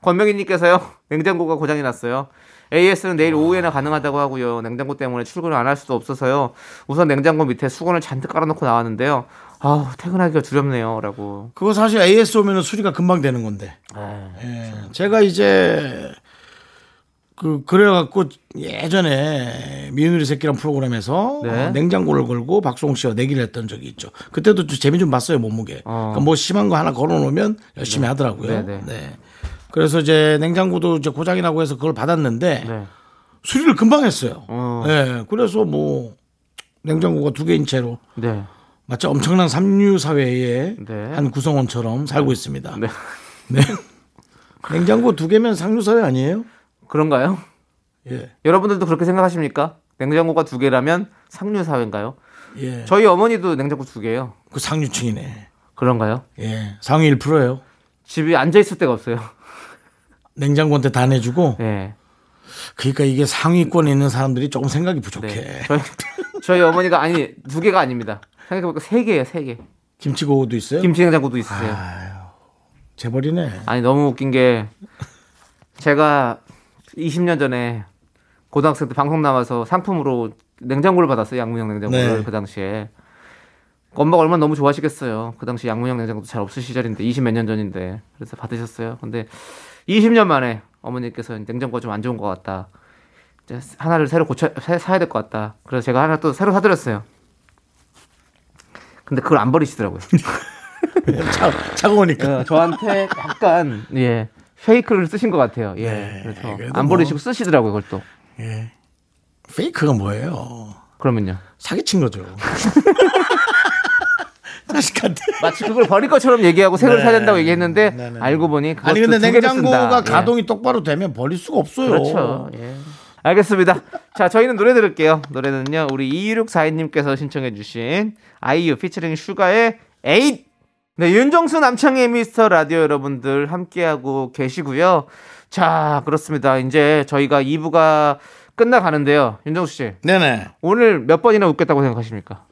S2: 권명희님께서요, 냉장고가 고장이 났어요. AS는 내일 오후에나 가능하다고 하고요. 냉장고 때문에 출근을 안 할 수도 없어서요. 우선 냉장고 밑에 수건을 잔뜩 깔아놓고 나왔는데요. 아우, 퇴근하기가 두렵네요. 라고.
S1: 그거 사실 AS 오면은 수리가 금방 되는 건데. 예, 제가 이제 그 그래갖고 예전에 미운우리 새끼란 프로그램에서
S2: 네.
S1: 어, 냉장고를 걸고 박수홍 씨와 내기를 했던 적이 있죠. 그때도 좀 재미 좀 봤어요 몸무게.
S2: 어.
S1: 그러니까 뭐 심한 거 하나 걸어놓으면 열심히 하더라고요.
S2: 네, 네.
S1: 네. 그래서 이제 냉장고도 이제 고장이 나고 해서 그걸 받았는데
S2: 네.
S1: 수리를 금방 했어요.
S2: 어.
S1: 예, 그래서 뭐 냉장고가 두 개인 채로
S2: 네.
S1: 마치 엄청난 삼류 사회의
S2: 네.
S1: 한 구성원처럼 살고 있습니다.
S2: 네.
S1: 네. 냉장고 두 개면 상류 사회 아니에요?
S2: 그런가요?
S1: 예.
S2: 여러분들도 그렇게 생각하십니까? 냉장고가 두 개라면 상류 사회인가요?
S1: 예.
S2: 저희 어머니도 냉장고 두 개예요.
S1: 그 상류층이네.
S2: 그런가요?
S1: 예. 상위 1%예요.
S2: 집이 앉아 있을 데가 없어요.
S1: 냉장고한테 다 내주고
S2: 네.
S1: 그러니까 이게 상위권에 있는 사람들이 조금 생각이 부족해.
S2: 네. 저희 저희 어머니가 아니 두 개가 아닙니다. 생각해보니까 세 개예요, 세 개.
S1: 김치고도 있어요? 아.
S2: 김치 네. 냉장고도 있으세요.
S1: 재벌이네.
S2: 아니 너무 웃긴 게 제가 20년 전에 고등학생 때 방송 나와서 상품으로 냉장고를 받았어요. 양문형 냉장고를
S1: 네.
S2: 그 당시에. 엄마가 얼마나 너무 좋아하시겠어요. 그 당시 양문형 냉장고도 잘 없을 시절인데 20 몇 년 전인데 그래서 받으셨어요. 근데 20년 만에 어머니께서 냉장고가 좀 안 좋은 것 같다. 이제 하나를 새로 고쳐 사- 사야 될 것 같다. 그래서 제가 하나 또 새로 사드렸어요. 근데 그걸 안 버리시더라고요.
S1: 차, 차고 오니까.
S2: 어, 저한테 약간 예 페이크를 쓰신 것 같아요. 예, 그래서
S1: 그래도
S2: 안
S1: 뭐.
S2: 버리시고 쓰시더라고요, 그걸 또.
S1: 예. 페이크가 뭐예요?
S2: 그러면요.
S1: 사기친 거죠. 자식한테.
S2: 마치 그걸 버릴 것처럼 얘기하고 새를
S1: 네.
S2: 사야 된다고 얘기했는데
S1: 네, 네, 네.
S2: 알고 보니 그것도
S1: 아니 근데
S2: 두 개를
S1: 냉장고가
S2: 쓴다.
S1: 가동이 똑바로 되면 버릴 수가 없어요.
S2: 예. 그렇죠. 예. 알겠습니다. 자, 저희는 노래 들을게요. 노래는요, 우리 2642님께서 신청해주신 아이유 피처링 슈가의 에잇! 네, 윤정수 남창의 미스터 라디오 여러분들 함께하고 계시고요. 자, 그렇습니다. 이제 저희가 2부가 끝나가는데요. 윤정수 씨,
S1: 네네.
S2: 오늘 몇 번이나 웃겼다고 생각하십니까?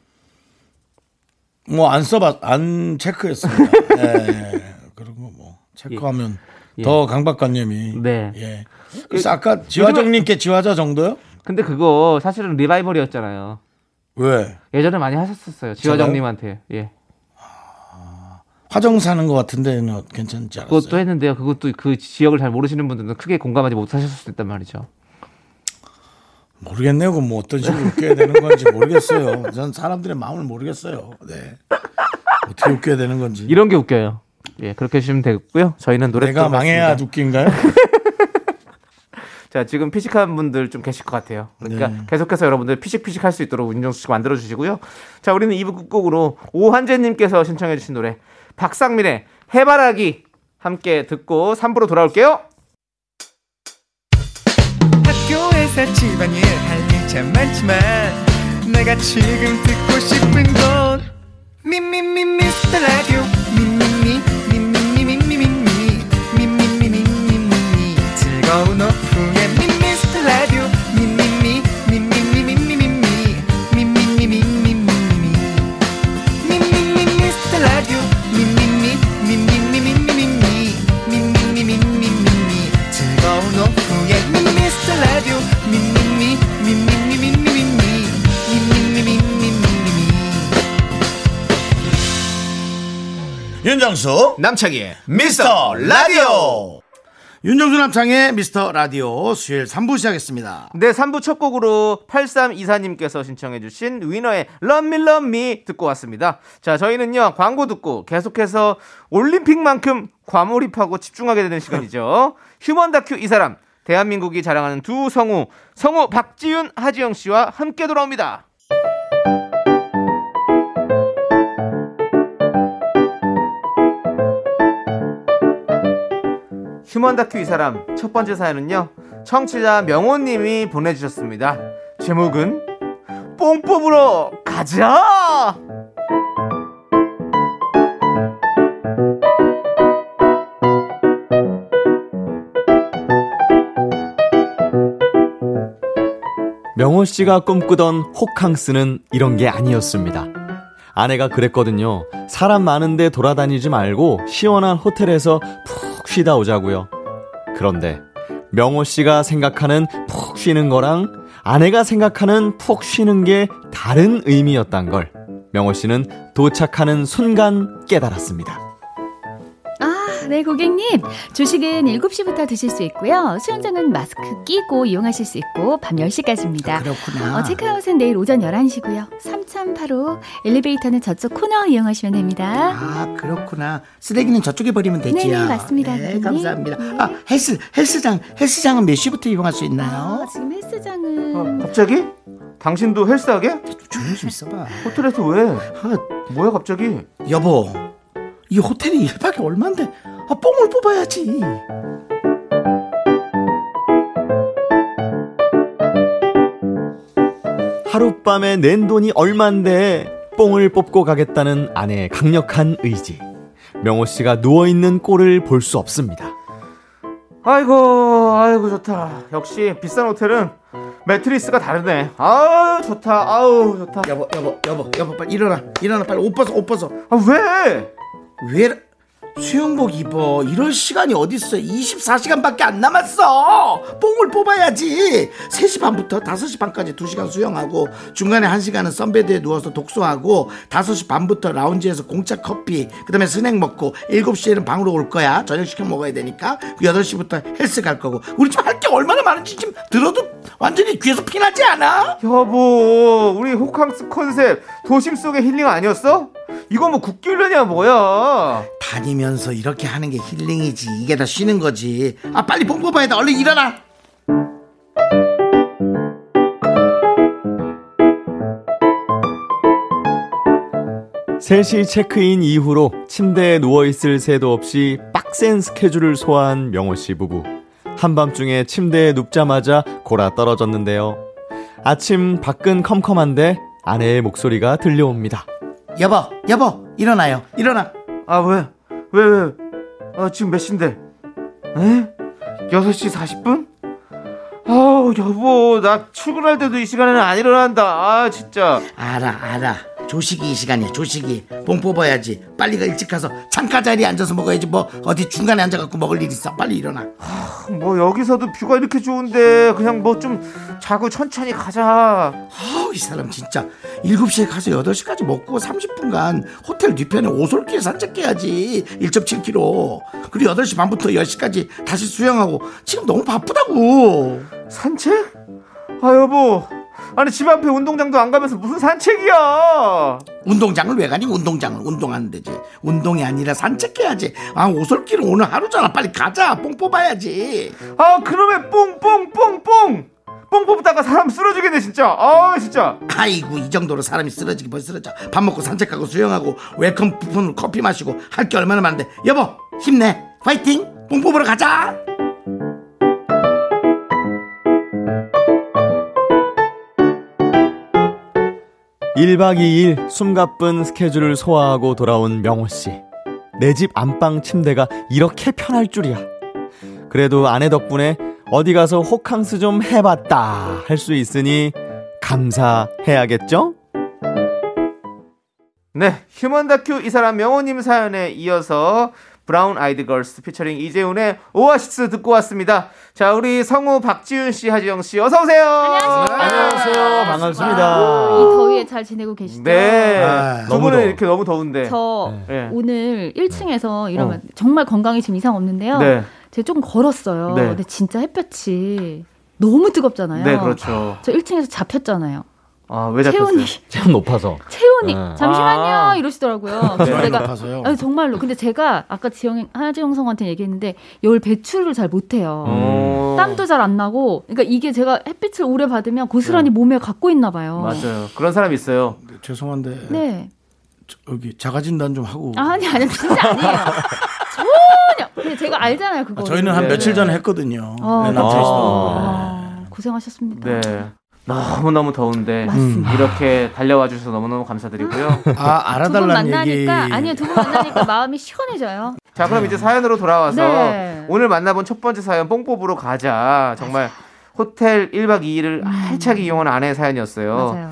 S1: 뭐 안 써봤 안 체크했습니다. 예. 그리고 뭐 체크하면 더 강박관념이.
S2: 예. 네.
S1: 예. 그래서 아까 지화정님께 지화자 정도요?
S2: 근데 그거 사실은 리바이벌이었잖아요.
S1: 왜?
S2: 예전에 많이 하셨었어요. 지화정님한테. 예.
S1: 화정 사는 것 같은데는 괜찮지 않았어요.
S2: 그것도 했는데요. 그것도 그 지역을 잘 모르시는 분들은 크게 공감하지 못하셨을 수도 있단 말이죠.
S1: 모르겠네요. 그건 뭐 어떤 식으로 웃겨야 되는 건지 모르겠어요. 전 사람들의 마음을 모르겠어요. 네. 어떻게 웃겨야 되는 건지.
S2: 이런 게 웃겨요. 예, 그렇게 해주시면 되겠고요. 저희는 노래
S1: 내가
S2: 듣도록
S1: 망해야
S2: 하겠습니다.
S1: 웃긴가요?
S2: 자, 지금 피식한 분들 좀 계실 것 같아요. 그러니까
S1: 네.
S2: 계속해서 여러분들 피식피식 할 수 있도록 운정수 씨가 만들어주시고요. 자, 우리는 2부 끝곡으로 오한재님께서 신청해주신 노래 박상민의 해바라기 함께 듣고 3부로 돌아올게요.
S4: 학교에서 집안일 할 일 참 많지만 내가 지금 듣고 싶은 건 미미미 미스터 라디오 미미미 미미미 미미미 미미미 미미미 미미미 즐거운 오후에 미스터 라디오 미미미 미미미 미미미 미미미 미미미 미미미
S1: 윤정수
S2: 남창희의
S1: 미스터 라디오. 윤정수 남창의 미스터 라디오 수요일 3부 시작했습니다.
S2: 네, 3부 첫 곡으로 8324님께서 신청해주신 위너의 Love Me Love Me 듣고 왔습니다. 자, 저희는요, 광고 듣고 계속해서 올림픽만큼 과몰입하고 집중하게 되는 시간이죠. 휴먼 다큐 이 사람, 대한민국이 자랑하는 두 성우, 성우 박지윤, 하지영 씨와 함께 돌아옵니다. 휴먼 다큐 이 사람 첫 번째 사연은요. 청취자 명호님이 보내주셨습니다. 제목은 뽕 뽑으러 가자!
S5: 명호 씨가 꿈꾸던 호캉스는 이런 게 아니었습니다. 아내가 그랬거든요. 사람 많은데 돌아다니지 말고 시원한 호텔에서 푹 쉬다 오자고요. 그런데 명호 씨가 생각하는 푹 쉬는 거랑 아내가 생각하는 푹 쉬는 게 다른 의미였단 걸 명호 씨는 도착하는 순간 깨달았습니다.
S6: 아, 네, 고객님. 주식은 7시부터 드실 수 있고요. 수영장은 마스크 끼고 이용하실 수 있고 밤
S2: 아,
S6: 10시까지입니다.
S1: 그렇구나.
S6: 어, 체크아웃은 내일 오전 11시고요. 3385 엘리베이터는 저쪽 코너 이용하시면 됩니다.
S1: 아 그렇구나. 쓰레기는 저쪽에 버리면 되지요.
S6: 네네, 맞습니다,
S1: 네,
S6: 고객님.
S1: 감사합니다. 아 헬스 헬스장 헬스장은 몇 시부터 이용할 수
S2: 아,
S1: 있나요?
S6: 어, 지금 헬스장은
S2: 갑자기? 당신도 헬스하게?
S1: 조용히 좀 있어봐.
S2: 호텔에서 왜?
S1: 아,
S2: 뭐야 갑자기?
S1: 여보 이 호텔이 1박에 얼마인데 아, 뽕을 뽑아야지.
S5: 하룻밤에 낸 돈이 얼만데 뽕을 뽑고 가겠다는 아내의 강력한 의지. 명호 씨가 누워있는 꼴을 볼 수 없습니다.
S2: 아이고 아이고 좋다. 역시 비싼 호텔은 매트리스가 다르네. 아우 좋다. 아우 좋다.
S1: 여보 여보 여보 여보 빨리 일어나 일어나 빨리 옷 벗어 옷 벗어.
S2: 아 왜?
S1: 왜 수영복 입어 이럴 시간이 어딨어 24시간밖에 안 남았어 뽕을 뽑아야지 3시 반부터 5시 반까지 2시간 수영하고 중간에 1시간은 선베드에 누워서 독서하고 5시 반부터 라운지에서 공짜 커피 그 다음에 스낵 먹고 7시에는 방으로 올 거야 저녁 시켜 먹어야 되니까 그 8시부터 헬스 갈 거고 우리 지금 할 게 얼마나 많은지 지금 들어도 완전히 귀에서 피나지 않아?
S2: 여보 우리 호캉스 컨셉 도심 속의 힐링 아니었어? 이거 뭐 국기훈련이야 뭐야?
S1: 다니면서 이렇게 하는 게 힐링이지 이게 다 쉬는 거지 아 빨리 뽕 뽑아야 돼 얼른 일어나
S5: 셋이 체크인 이후로 침대에 누워있을 새도 없이 빡센 스케줄을 소화한 명호 씨 부부. 한밤중에 침대에 눕자마자 골아 떨어졌는데요. 아침 밖은 컴컴한데 아내의 목소리가 들려옵니다.
S1: 여보, 여보, 일어나요. 일어나.
S2: 아 왜? 왜 왜? 아 지금 몇 시인데? 에? 6시 40분? 아우 여보 나 출근할 때도 이 시간에는 안 일어난다 아 진짜
S1: 알아, 알아. 조식이 이 시간이야, 조식이. 봉 뽑아야지. 빨리 가, 일찍 가서 창가 자리에 앉아서 먹어야지. 뭐, 어디 중간에 앉아갖고 먹을 일 있어. 빨리 일어나.
S2: 뭐 여기서도 뷰가 이렇게 좋은데 그냥 뭐 좀 자고 천천히 가자
S1: 아우, 이 사람 진짜. 7시에 가서 8시까지 먹고 30분간 호텔 뒤편에 오솔길 산책해야지. 1.7km. 그리고 8시 반부터 10시까지 다시 수영하고. 지금 너무 바쁘다고.
S2: 산책? 아 여보 아니 집 앞에 운동장도 안 가면서 무슨 산책이야
S1: 운동장을 왜 가니? 운동장을 운동하는 데지. 운동이 아니라 산책해야지. 아, 오솔길은 오늘 하루잖아. 빨리 가자. 뽕 뽑아야지.
S2: 아 그놈의 뽕뽕뽕뽕 뽕 뽑다가 사람 쓰러지겠네 진짜 아 진짜
S1: 아이고 이 정도로 사람이 쓰러지기 벌 쓰러져 밥 먹고 산책하고 수영하고 웰컴 푸푼 커피 마시고 할 게 얼마나 많은데 여보 힘내 파이팅 뽕 뽑으러 가자
S5: 일박이일 숨가쁜 스케줄을 소화하고 돌아온 명호 씨. 내 집 안방 침대가 이렇게 편할 줄이야. 그래도 아내 덕분에 어디 가서 호캉스 좀 해봤다 할 수 있으니 감사해야겠죠?
S2: 네, 휴먼 다큐 이 사람 명호님 사연에 이어서 브라운 아이드 걸스 피처링 이재훈의 오아시스 듣고 왔습니다. 자, 우리 성우 박지윤 씨, 하지영 씨, 어서 오세요.
S5: 안녕하세요.
S6: 이
S5: 반갑습니다.
S6: 더위에 잘 지내고 계시죠?
S2: 어. 네,
S1: 아,
S2: 두
S5: 너무
S2: 분은
S5: 더워.
S2: 이렇게 너무 더운데.
S6: 저
S2: 네. 어.
S6: 오늘 1층에서 이러면 정말 건강에 지금 이상 없는데요.
S2: 네,
S6: 제가 조금 걸었어요.
S2: 네.
S6: 근데 진짜 햇볕이 너무 뜨겁잖아요.
S2: 네, 그렇죠.
S6: 저 1층에서 잡혔잖아요.
S2: 아, 왜
S6: 체온이
S2: 잡혔어요?
S5: 참 높아서.
S6: 체온이
S5: 네.
S6: 잠시만요
S2: 아.
S6: 이러시더라고요. 그래서
S1: 체온이
S6: 제가
S1: 네. 높아서요?
S6: 아니, 정말로 근데 제가 아까 지영 하지영 성한테 얘기했는데 열 배출을 잘 못해요.
S5: 음.
S2: 어,
S6: 음. 땀도 잘 안 나고 그러니까 이게 제가 햇빛을 오래
S5: 네.
S6: 받으면 고스란히 몸에 갖고 있나 봐요.
S2: 맞아요. 그런 사람이 있어요.
S1: 죄송한데
S6: 네.
S1: 네, 여기 자가진단 좀 하고
S6: 아니 아니 진짜 아니에요. 전혀. 근데 제가 알잖아요 그거.
S1: 저희는 한
S2: 네.
S1: 며칠 전에 했거든요.
S6: 어.
S5: 아.
S1: 네, 남자 씨도.
S6: 아, 고생하셨습니다.
S2: 네. 너무너무 더운데 이렇게 달려와 주셔서 너무너무 감사드리고요.
S1: 아
S6: 두분
S1: 알아달라는 얘기.
S6: 만나니까 아니요 두 분 만나니까 마음이 시원해져요.
S2: 자, 그럼 이제 사연으로 돌아와서
S6: 네.
S2: 오늘 만나본 첫 번째 사연 뽕뽑으로 가자. 정말 호텔 1박 2일을 알차게 이용한 아내의 사연이었어요.
S6: 음. 맞아요.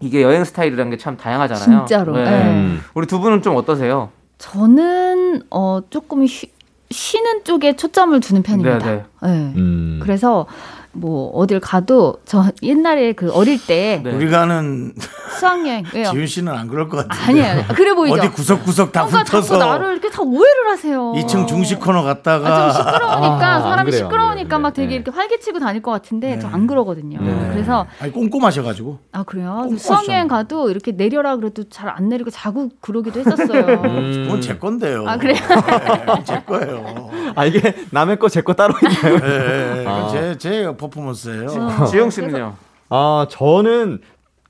S2: 이게 여행 스타일이라는 게 참 다양하잖아요.
S6: 진짜로.
S2: 네.
S6: 네.
S5: 음.
S2: 우리 두 분은 좀 어떠세요?
S6: 저는 어 조금 쉬, 쉬는 쪽에 초점을 두는 편입니다.
S2: 네,
S6: 네.
S5: 음.
S6: 그래서 뭐 어딜 가도 저 옛날에 그 어릴 때
S2: 네.
S1: 우리가는
S6: 수학여행 왜요?
S1: 지윤 씨는 안 그럴 것 같아요.
S6: 아니에요. 그래 보이죠.
S1: 네. 어디 구석구석 다
S6: 뭔가 자꾸
S1: 붙어서
S6: 나를 이렇게 다 오해를 하세요.
S1: 2층 중식 코너
S6: 아, 좀
S1: 갔다가
S6: 시끄러우니까
S5: 아, 안
S6: 사람이
S5: 그래요, 안
S6: 시끄러우니까
S5: 그래요,
S6: 막 되게
S5: 네.
S6: 이렇게 활개치고 다닐 것 같은데
S1: 네.
S6: 저 안 그러거든요. 그래서
S1: 아니, 꼼꼼하셔가지고
S6: 아 그래요.
S1: 네. 꼼꼼하시잖아요.
S6: 수학여행 가도 이렇게 내려라 그래도 잘 안 내리고 자고 그러기도 했었어요.
S1: 그건
S5: 음.
S1: 제 건데요.
S6: 아, 그래요?
S1: 네, 그건 제 거예요.
S5: 아 이게 남의 거 제 거 따로 있나요?
S1: 네,
S5: 아.
S1: 제제 퍼포먼스예요.
S6: 어,
S2: 지영 씨는요?
S5: 아 저는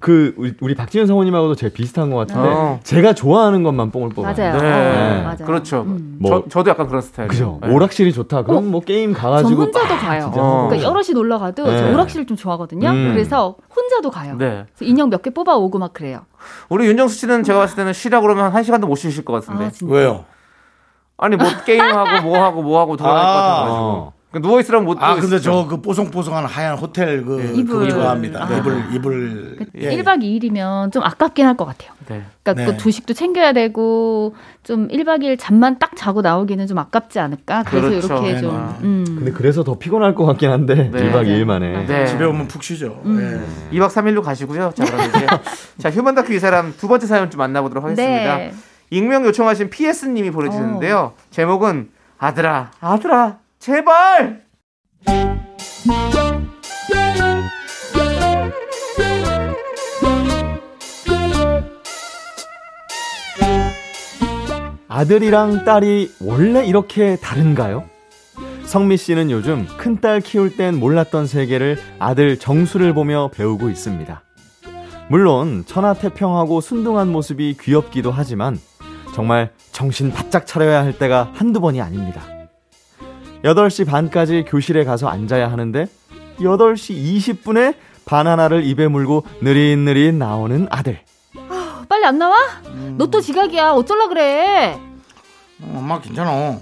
S5: 그 우리- 우리 박지현 성우님하고도 제가 비슷한 것 같은데
S2: 어.
S5: 제가 좋아하는 것만 뽕을 뽑아요.
S6: 맞아요.
S2: 네.
S6: 어, 맞아요.
S2: 그렇죠.
S5: 뭐.
S2: 저, 저도 약간 그런 스타일이에요.
S5: 그죠.
S2: 네.
S5: 오락실이 좋다. 그럼 뭐 게임
S6: 어,
S1: 아,
S6: 전
S5: 가가지고
S6: 혼자도 가요.
S5: 진짜
S2: 어.
S6: 그러니까 여럿이 놀러 가도 저
S5: 네.
S6: 오락실을 좀 좋아하거든요.
S5: 음.
S6: 그래서 혼자도 가요.
S2: 네.
S6: 그래서 인형 몇 개 뽑아 오고 막 그래요.
S2: 우리 윤정수 씨는 제가 봤을 때는 쉬라 그러면 한 시간도 못 쉬실 것 같은데.
S6: 아
S1: 네.
S6: 진짜.
S1: 왜요?
S2: 아니 뭐 게임하고 뭐 하고 뭐 하고 돌아갈 것
S1: 아.
S2: 같아서
S5: 어.
S2: 누워 있으라면 못.
S1: 아
S2: 누워
S1: 근데
S2: 있으시죠.
S1: 저 그 뽀송뽀송한 하얀 호텔 그
S6: 이불.
S1: 그거 좋아합니다.
S6: 아.
S1: 이불 이불 예, 예.
S6: 1박 2일이면 좀 아깝긴 할 것 같아요.
S2: 네.
S6: 그러니까
S1: 네.
S6: 그 조식도 챙겨야 되고 좀 1박 2일 잠만 딱 자고 나오기는 좀 아깝지 않을까? 그래서
S2: 그렇죠.
S6: 이렇게
S1: 네,
S6: 좀
S1: 네.
S6: 음.
S5: 근데 그래서 더 피곤할 것 같긴
S2: 네.
S5: 한데 1박 2일
S6: 맞아요.
S5: 만에
S2: 네.
S1: 집에 오면 푹 쉬죠.
S6: 음.
S1: 예.
S2: 2박 3일로 가시고요. 자, 그럼 이제 자, 휴먼 다큐 이 사람 두 번째 사연 좀 만나보도록 하겠습니다.
S6: 네. 어.
S2: 익명 요청하신 PS 님이 보내 주셨는데요. 제목은 아들아, 아들아, 제발.
S5: 아들이랑 딸이 원래 이렇게 다른가요? 성미 씨는 요즘 큰 딸 키울 땐 몰랐던 세계를 아들 정수를 보며 배우고 있습니다. 물론 천하태평하고 순둥한 모습이 귀엽기도 하지만 정말 정신 바짝 차려야 할 때가 한두 번이 아닙니다. 8시 반까지 교실에 가서 앉아야 하는데 8시 20분에 바나나를 입에 물고 느릿느릿 나오는 아들.
S6: 빨리 안 나와?
S1: 음.
S6: 너 또 지각이야. 어쩌려 그래?
S1: 어, 엄마 괜찮아.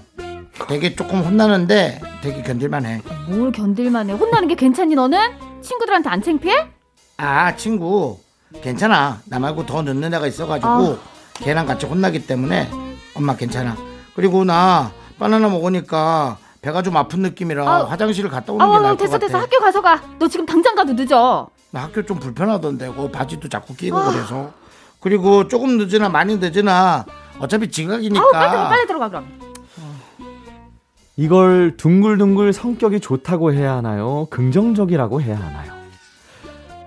S1: 되게 조금 혼나는데 되게 견딜만해.
S6: 뭘 견딜만해? 혼나는 게 괜찮니 너는? 친구들한테 안 창피해?
S1: 아 친구 괜찮아 나 말고 더 늦는 애가
S6: 아.
S1: 있어가지고 걔랑 같이 혼나기 때문에 엄마 괜찮아 그리고 나 바나나 먹으니까 배가 좀 아픈 느낌이라
S6: 아우.
S1: 화장실을 갔다 오는 게
S6: 아우
S1: 나을
S6: 됐어
S1: 것
S6: 됐어
S1: 같아
S6: 학교 가서 가. 너 지금 당장 가도 늦어.
S1: 나 학교 좀 불편하던데 그 바지도 자꾸 끼고
S6: 아.
S1: 그래서 그리고 조금 늦으나 많이 늦으나 어차피 지각이니까
S6: 아우 빨리 들어가 빨리 들어가 그럼.
S5: 이걸 둥글둥글 성격이 좋다고 해야 하나요? 긍정적이라고 해야 하나요?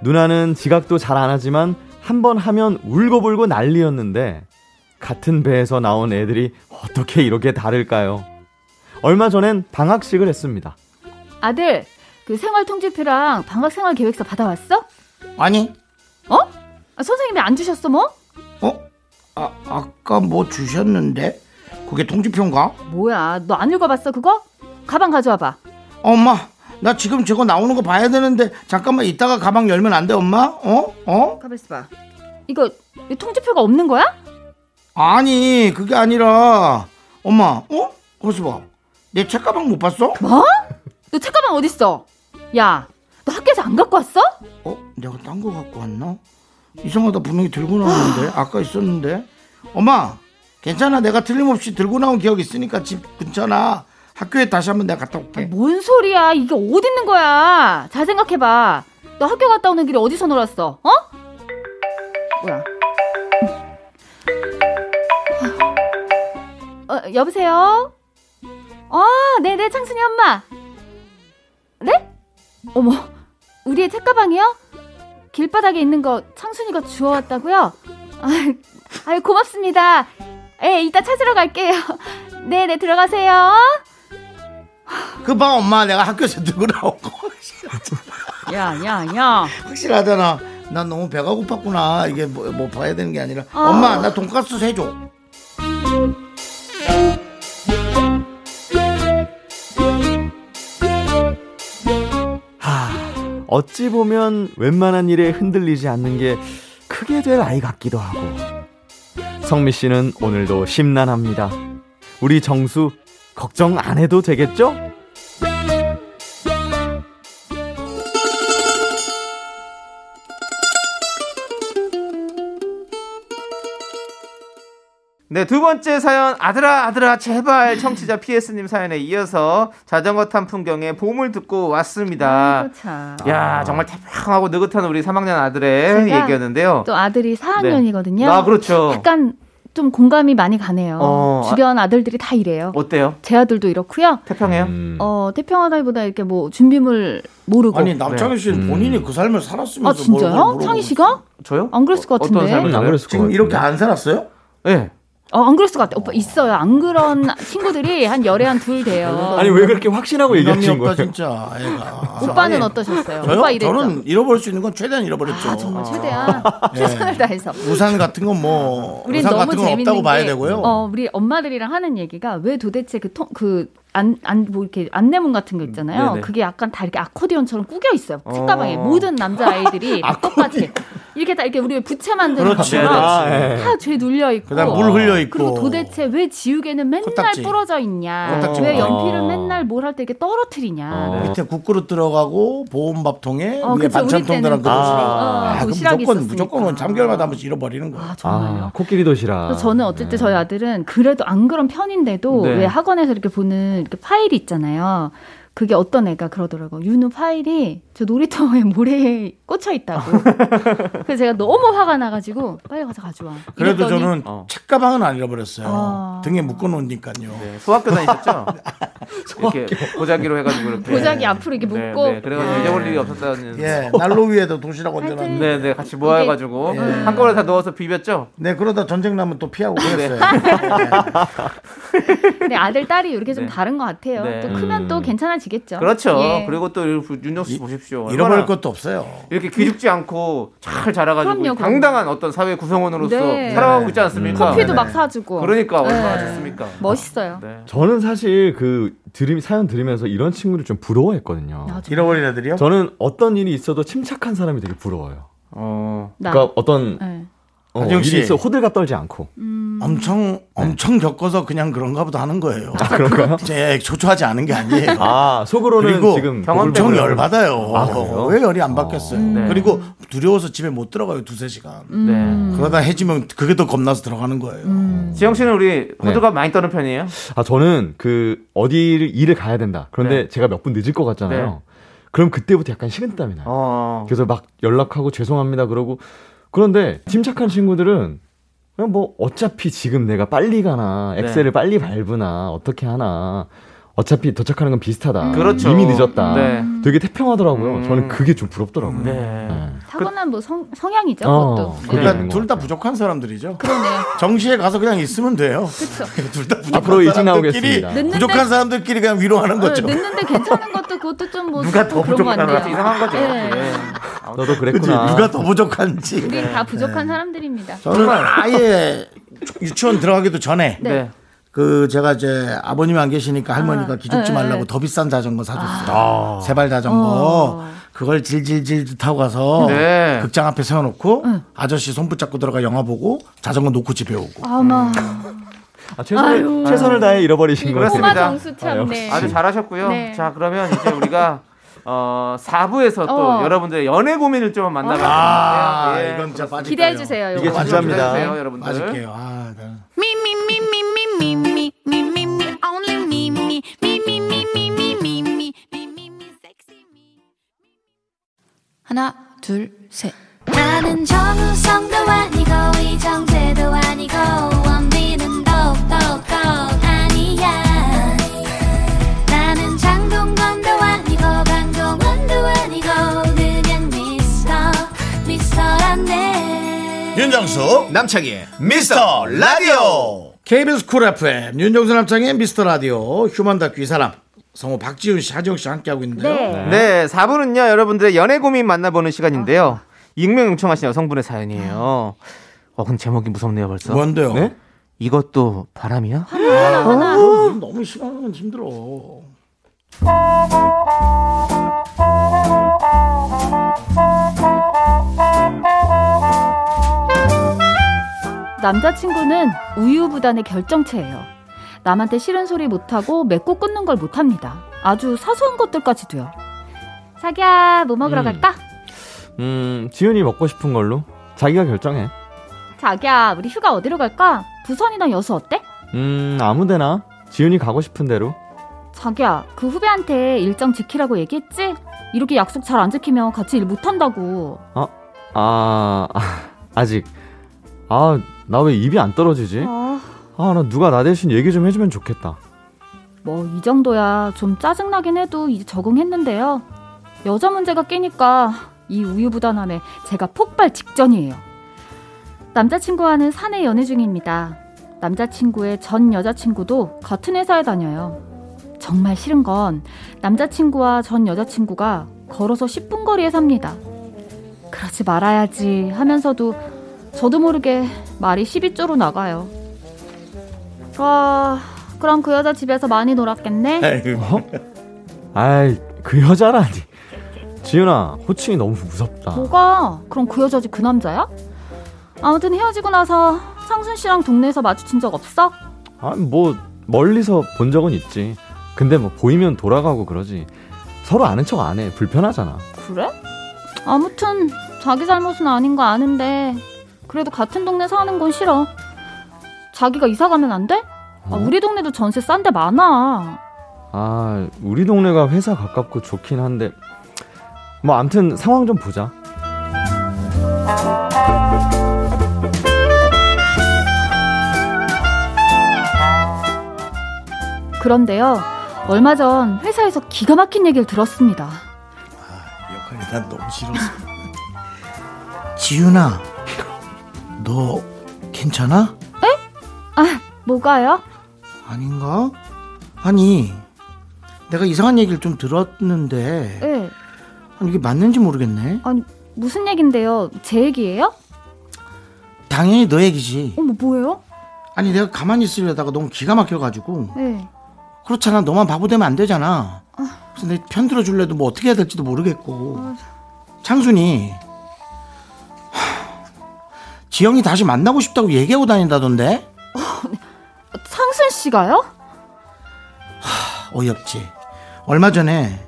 S5: 누나는 지각도 잘 안 하지만 한 번 하면 울고불고 난리였는데 같은 배에서 나온 애들이 어떻게 이렇게 다를까요? 얼마 전엔 방학식을 했습니다.
S6: 아들 그 생활 통지표랑 방학 생활 계획서 받아왔어?
S1: 아니
S6: 어? 아, 선생님이 안 주셨어 뭐?
S1: 어? 아, 아까 뭐 주셨는데 그게 통지표인가?
S6: 뭐야 너 안 읽어봤어 그거? 가방 가져와봐.
S1: 엄마 나 지금 저거 나오는 거 봐야 되는데 잠깐만 이따가 가방 열면 안 돼 엄마? 어? 어?
S6: 가만 있어봐. 이거 이 통지표가 없는 거야?
S1: 아니 그게 아니라 엄마 어? 거기서 봐내 책가방 못 봤어?
S6: 뭐? 너 책가방 어디 있어? 야. 너 학교에서 안 갖고 왔어?
S1: 어? 내가 딴 거 갖고 왔나? 이상하다 분명히 들고 나왔는데 아까 있었는데 엄마 괜찮아 내가 틀림없이 들고 나온 기억 있으니까 집 근처나 학교에 다시 한번 내가 갔다 올게
S6: 뭔 소리야? 이게 어디 있는 거야? 잘 생각해봐. 너 학교 갔다 오는 길에 어디서 놀았어? 어? 뭐야? 어, 여보세요? 아, 네네, 창순이 엄마. 네? 어머, 우리의 책가방이요? 길바닥에 있는 거 창순이가 주워왔다고요? 아유, 아유 고맙습니다. 예, 이따 찾으러 갈게요. 네네, 들어가세요.
S1: 그 봐 엄마 내가 학교에서 들고 나온 거
S6: 야, 야, 야.
S1: 확실하잖아 난 너무 배가 고팠구나. 이게 뭐, 뭐 봐야 되는 게 아니라
S6: 아.
S1: 엄마 나 돈가스 해줘.
S5: 어찌 보면 웬만한 일에 흔들리지 않는 게 크게 될 아이 같기도 하고. 성미 씨는 오늘도 심란합니다. 우리 정수 걱정 안 해도 되겠죠?
S2: 네, 두 번째 사연 아들아 아들아 제발 청취자 PS님 사연에 이어서 자전거 탄 풍경에 봄을 듣고 왔습니다.
S6: 아이고, 그렇죠. 참.
S2: 야 정말 태평하고 느긋한 우리 3학년 아들의
S6: 제가
S2: 얘기였는데요.
S6: 또 아들이 4학년이거든요.
S2: 아 그렇죠.
S6: 약간 좀 공감이 많이 가네요.
S2: 어,
S6: 주변 아들들이 다 이래요.
S2: 어때요?
S6: 제 아들도 이렇고요.
S2: 태평해요?
S5: 음.
S6: 어, 태평하다기보다 이렇게 뭐 준비물 모르고.
S1: 아니 남창희 씨는
S5: 음.
S1: 본인이 그 삶을 살았으면서
S6: 네. 아
S1: 뭘
S6: 진짜요?
S1: 물어보고
S6: 창희 씨가?
S2: 저요?
S6: 안 그랬을 것
S2: 어, 어떤
S6: 같은데.
S2: 삶을
S5: 안
S2: 살아요?
S5: 그랬을 것
S1: 지금
S5: 같아요.
S1: 이렇게 안 살았어요?
S2: 예.
S6: 어, 안 그랬을 것 같아. 오빠 있어요. 안 그런 친구들이 한 열에 한 둘 돼요.
S5: 아니 왜 그렇게 확신하고
S1: 남이
S5: 얘기하신
S1: 없다
S5: 거예요?
S1: 진짜 애가.
S6: 오빠는
S1: 아니,
S6: 어떠셨어요?
S1: 저요?
S6: 오빠 이랬죠.
S1: 저는 잃어버릴 수 있는 건 최대한 잃어버렸죠.
S6: 아 정말 최대한 최선을 다해서.
S1: 우산 같은 건 뭐
S6: 우린
S1: 우산
S6: 너무
S1: 같은 건
S6: 재밌는
S1: 없다고 봐야
S6: 게,
S1: 되고요.
S6: 어, 우리 엄마들이랑 하는 얘기가 왜 도대체 그 통 그 안 안 뭐 이렇게 안내문 같은
S1: 음,
S6: 거 있잖아요.
S2: 네네.
S6: 그게 약간 다 이렇게 아코디언처럼 꾸겨 있어요.
S2: 어.
S6: 책가방에 모든 남자 아이들이 다 똑같아. 이렇게 다 이렇게 우리 왜 부채 만드는
S1: 그렇지. 아,
S6: 것처럼
S5: 예.
S6: 다죄 눌려 있고.
S1: 그다음 물 흘려 있고.
S6: 그리고 도대체 왜 지우개는 맨날
S1: 코딱지.
S6: 부러져 있냐?
S1: 코딱지
S6: 왜
S1: 봐.
S6: 연필을
S5: 어.
S6: 맨날 뭘 할 때 이렇게 떨어뜨리냐?
S5: 어.
S1: 밑에 국그릇 들어가고 보온밥통에
S6: 어,
S1: 위에
S6: 그쵸. 우리 때는
S1: 반찬통들랑 그릇이
S6: 아,
S1: 아, 그럼
S6: 도시락이
S1: 무조건
S6: 있었으니까.
S1: 무조건 잠결마다 한 번씩 잃어버리는 거야.
S6: 아 정말요.
S5: 아 코끼리 도시락.
S6: 그래서 저는 어쨌든 저희 아들은 그래도 안 그런 편인데도
S2: 네.
S6: 왜 학원에서 이렇게 보는 이렇게 파일이 있잖아요. 그게 어떤 애가 그러더라고. 윤우 파일이 저 놀이터에 모래에 꽂혀 있다고. 그래서 제가 너무 화가 나가지고 빨리 가서 가져와.
S1: 그래도
S6: 이랬더니
S1: 저는
S2: 어.
S1: 책가방은 안 잃어버렸어요.
S6: 아.
S1: 등에 묶어놓으니까요.
S2: 네, 소학교 다니셨죠? 이렇게 보자기로 해가지고 이렇게
S6: 보자기 앞으로 이렇게
S2: 네,
S6: 묶고 예.
S2: 네, 그래가지고 잊어버릴 일이 없었다는.
S1: 예, 난로 위에도 도시락 얹어놨는데.
S2: 네, 네, 같이 모아가지고
S1: 이게- 예.
S2: 한꺼번에 다 넣어서 비볐죠.
S1: 네, 그러다 전쟁 나면 또 피하고 그랬어요. 예,
S6: 근데 아들 딸이 이렇게 좀
S2: 네.
S6: 다른 것 같아요.
S2: 네.
S6: 또 크면 또 괜찮아지겠죠.
S2: 그렇죠.
S6: 예.
S2: 그리고 또 윤정수 씨 보십시오.
S1: 잃어버릴
S2: 얼마나
S1: 것도 없어요.
S2: 이렇게 기죽지 않고 잘 자라가지고
S6: 그럼요, 그럼요.
S2: 당당한 어떤 사회 구성원으로서
S6: 네.
S2: 살아가고 있지 않습니까?
S6: 커피도
S1: 네네.
S6: 막 사주고.
S2: 그러니까 얼마나
S6: 네.
S2: 좋습니까?
S6: 멋있어요.
S2: 네.
S5: 저는 사실 그 들이 사연 들으면서 이런 친구를 좀 부러워했거든요.
S6: 아, 저-
S1: 잃어버린 애들이요?
S5: 저는 어떤 일이 있어도 침착한 사람이 되게 부러워요.
S2: 어.
S6: 나.
S5: 그러니까 어떤
S6: 네. 음.
S5: 어,
S1: 하정 씨.
S5: 일이 있어 호들갑 떨지 않고.
S1: 엄청 엄청 겪어서 그냥 그런가 보다 하는 거예요. 아, 그런가요? 제 초조하지 않은 게 아니에요.
S5: 아 속으로는
S1: 그리고
S5: 지금
S2: 경험
S5: 고글고글
S1: 엄청
S2: 때문에.
S1: 열 받아요. 어,
S5: 그래요? 음.
S1: 왜 열이 안 받겠어요?
S2: 네.
S1: 그리고 두려워서 집에 못 들어가요 두세 시간.
S6: 음.
S1: 그러다 해지면 그게 더 겁나서 들어가는 거예요.
S2: 지영 씨는 우리 호두가
S1: 네.
S2: 많이 떠는 편이에요?
S5: 아 저는 그 어디를 일을 가야 된다.
S1: 네.
S5: 그런데 제가 몇 분 늦을 것 같잖아요. 그럼 그때부터 약간 식은땀이 나요.
S2: 어.
S5: 그래서 막 연락하고 죄송합니다 그러고 그런데 침착한 친구들은 그냥 뭐 어차피 지금 내가 빨리
S2: 네.
S5: 가나 엑셀을 빨리 밟으나 어떻게 하나 어차피 도착하는 건
S6: 음.
S5: 비슷하다.
S2: 그렇죠.
S5: 이미 늦었다.
S2: 네.
S5: 되게 태평하더라고요.
S2: 음.
S5: 저는 그게 좀 부럽더라고요.
S2: 네.
S1: 음.
S6: 타고난 뭐 성, 성향이죠.
S5: 어.
S6: 그것도. 네.
S5: 그러니까
S1: 그러니까
S5: 네.
S1: 둘 다 부족한 사람들이죠.
S6: 그러네요.
S1: 정시에 가서 그냥 있으면 돼요.
S6: 그렇죠.
S1: 둘 다 부족한
S5: 앞으로 일찍
S1: 사람들끼리
S5: 나오겠습니다.
S1: 부족한 사람들끼리 그냥 위로하는 거죠.
S6: 어, 네, 늦는데 괜찮은 것도 그것도 좀뭐
S2: 누가 더
S6: 그런 거
S2: 부족하나
S6: 같네요.
S2: 이상한 거죠.
S6: 예.
S2: 예.
S5: 아, 너도
S1: 그치?
S5: 그랬구나.
S1: 누가 더 부족한지.
S6: 우린 다 부족한 사람들입니다.
S1: 저는 아예 유치원 들어가기도 전에
S6: 네.
S2: 네.
S1: 그 제가 이제 아버님이 안 계시니까 할머니가 기죽지
S6: 네,
S1: 말라고
S6: 네.
S1: 더 비싼 자전거 사줬어요.
S6: 아.
S1: 세발 자전거.
S6: 어.
S1: 그걸 질질질 타고 가서
S2: 네.
S1: 극장 앞에 세워놓고 아저씨 손 붙잡고 들어가 영화 보고 자전거 놓고 집에 오고.
S6: 아마
S5: 아, 최선을, 최선을 다해 잃어버리신 것
S2: 그렇습니다.
S5: 같아요.
S6: 꼬마 정수 참네.
S2: 아주 잘하셨고요.
S6: 네.
S2: 자, 그러면 이제 우리가 어, 4부에서 또
S6: 어.
S2: 여러분들의 연애 고민을 좀 만나봐야 될것
S1: 아,
S2: 같아요. 예.
S1: 이건 진짜 빠질
S6: 기대해 주세요.
S5: 이게
S6: 이거.
S5: 진짜- 감사합니다.
S2: 기다려주세요, 여러분들.
S1: 빠질게요. 아, 네.
S3: Me, me, me, me, me, me, me, me, me, me, only me, me, me, me, me, me, me, me, me, me, me, me, sexy me.
S7: 하나, 둘, 셋.
S3: 나는 정우성도 아니고 이정재도 아니고 원빈은 더욱더 아니야 나는 장동건도 아니고 강동원도 아니고 그냥 미스터 미스터란데
S1: 윤정수 남창희의 미스터 라디오 KBS 쿨 FM 윤정수 남창희의 미스터 라디오 휴먼 다큐 이 사람 성우 박지훈 씨 하정 씨 함께하고 있는데요
S6: 네.
S2: 네, 4부는요, 여러분들의 연애 고민 만나보는 시간인데요. 익명 요청하신 여성분의 사연이에요. 어, 근데 제목이 무섭네요, 벌써.
S1: 뭔데요?
S5: 네?
S2: 이것도 바람이야?
S1: 아,
S6: 어?
S1: 이거 너무 싫어하면 힘들어.
S6: 남자친구는 우유부단의 결정체예요. 남한테 싫은 소리 못하고 맺고 끊는 걸 못합니다. 아주 사소한 것들까지도요. 자기야, 뭐 먹으러
S5: 음.
S6: 갈까?
S5: 음, 지윤이 먹고 싶은 걸로 자기가 결정해.
S6: 자기야, 우리 휴가 어디로 갈까? 부산이나 여수 어때?
S5: 음, 아무데나 지윤이 가고 싶은 대로.
S6: 자기야, 그 후배한테 일정 지키라고 얘기했지? 이렇게 약속 잘 안 지키면 같이 일 못한다고.
S5: 아, 아 직 아, 나 왜 입이 안 떨어지지?
S6: 아,
S5: 아, 나 누가 나 대신 얘기 좀 해주면 좋겠다.
S6: 뭐, 이 정도야. 좀 짜증나긴 해도 이제 적응했는데요. 여자 문제가 끼니까 이 우유부단함에 제가 폭발 직전이에요. 남자친구와는 사내 연애 중입니다. 남자친구의 전 여자친구도 같은 회사에 다녀요. 정말 싫은 건 남자친구와 전 여자친구가 걸어서 10분 거리에 삽니다. 그러지 말아야지 하면서도 저도 모르게 말이 12조로 나가요. 아, 그럼 그 여자 집에서 많이 놀았겠네?
S5: 아이, 그 여자라니. 지윤아, 호칭이 너무 무섭다.
S6: 뭐가? 그럼 그 여자지 그 남자야? 아무튼 헤어지고 나서 상순 씨랑 동네에서 마주친 적 없어?
S5: 아, 뭐 멀리서 본 적은 있지. 근데 뭐 보이면 돌아가고 그러지. 서로 아는 척 안 해. 불편하잖아.
S6: 그래? 아무튼 자기 잘못은 아닌 거 아는데 그래도 같은 동네 사는 건 싫어. 자기가 이사 가면 안 돼? 아,
S5: 어?
S6: 우리 동네도 전세 싼 데 많아.
S5: 아, 우리 동네가 회사 가깝고 좋긴 한데 뭐 암튼 상황 좀 보자.
S6: 그런데요. 얼마 전 회사에서 기가 막힌 얘기를 들었습니다.
S1: 역할이 난 너무 싫었어. 지윤아, 너 괜찮아?
S6: 뭐가요?
S1: 아닌가? 아니, 내가 이상한 얘기를 좀 들었는데
S6: 예.
S1: 아니, 이게 맞는지 모르겠네.
S6: 아니 무슨 얘긴데요? 제 얘기예요?
S1: 당연히 너 얘기지.
S6: 어머 뭐예요?
S1: 아니 내가 가만히 있으려다가 너무 기가 막혀가지고
S6: 예.
S1: 그렇잖아. 너만 바보 되면 안 되잖아. 그래서 내 편 들어줄래도 뭐 어떻게 해야 될지도
S6: 아,
S1: 모르겠고 창순이 하, 지영이 다시 만나고 싶다고 얘기하고 다닌다던데
S6: 상순 씨가요?
S1: 어이없지. 얼마 전에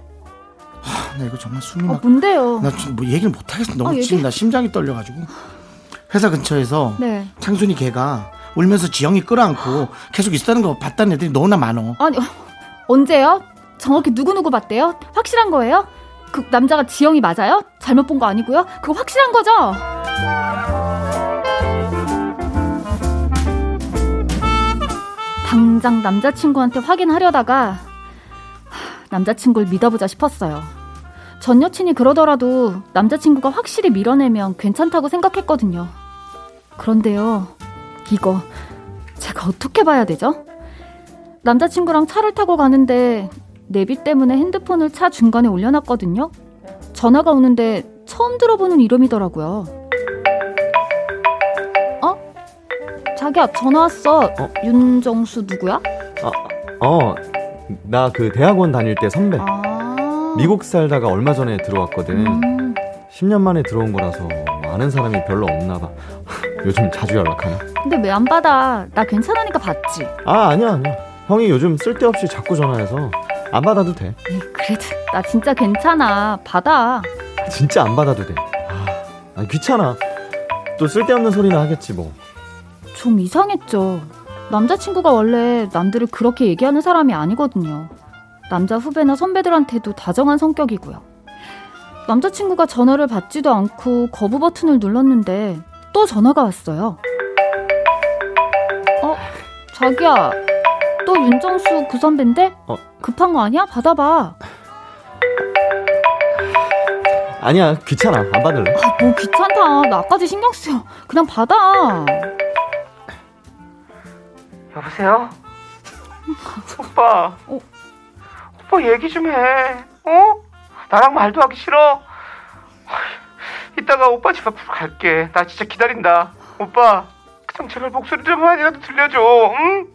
S1: 하, 나 이거 정말 숨이
S6: 아
S1: 막.
S6: 뭔데요?
S1: 나 지금 뭐 얘기를 못 하겠어.
S6: 아,
S1: 너무
S6: 얘기-
S1: 지금 나 심장이 떨려가지고 회사 근처에서
S6: 네.
S1: 창순이 걔가 울면서 지영이
S6: 아.
S1: 끌어안고 계속 있다는 거 봤다는 애들이 너무나 많어.
S6: 아니 언제요? 정확히 누구 누구 봤대요? 확실한 거예요? 그 남자가 지영이 맞아요? 잘못 본 거 아니고요? 그거 확실한 거죠? 당장 남자친구한테 확인하려다가 하, 남자친구를 믿어보자 싶었어요. 전 여친이 그러더라도 남자친구가 확실히 밀어내면 괜찮다고 생각했거든요. 그런데요, 이거 제가 어떻게 봐야 되죠? 남자친구랑 차를 타고 가는데 내비 때문에 핸드폰을 차 중간에 올려놨거든요. 전화가 오는데 처음 들어보는 이름이더라고요. 어? 자기야 전화 왔어. 윤정수 누구야?
S5: 어, 나 그 대학원 다닐 때 선배.
S6: 아
S5: 미국 살다가 얼마 전에
S6: 음.
S5: 들어왔거든. 10년 만에 들어온 거라서 아는 사람이 별로 없나 봐. 요즘 자주 연락하나?
S6: 근데 왜 안 받아? 나 괜찮으니까 받지. 네,
S5: 아, 아니야, 아니야. 형이 요즘 쓸데없이 자꾸 전화해서 안 받아도 돼.
S6: 에이, 그래도 나 진짜 괜찮아. 받아.
S5: 진짜 안 받아도 돼. 아, 아니, 귀찮아. 또 쓸데없는 소리나 하겠지 뭐.
S6: 좀 이상했죠. 남자친구가 원래 남들을 그렇게 얘기하는 사람이 아니거든요. 남자 후배나 선배들한테도 다정한 성격이고요. 남자친구가 전화를 받지도 않고 거부 버튼을 눌렀는데 또 전화가 왔어요. 어, 자기야. 또 윤정수 그 선배인데?
S5: 어.
S6: 급한 거 아니야? 받아봐.
S5: 아니야, 귀찮아. 안 받을래.
S6: 아, 뭐 귀찮다. 나까지 신경 쓰여. 그냥 받아.
S2: 여보세요? 오빠.
S6: 어?
S2: 오빠 얘기 좀 해. 어? 나랑 말도 하기 싫어. 이 이따가 오빠 집 앞으로 갈게. 나 진짜 기다린다. 오빠, 그냥 제발 목소리 좀만이라도 들려줘. 응?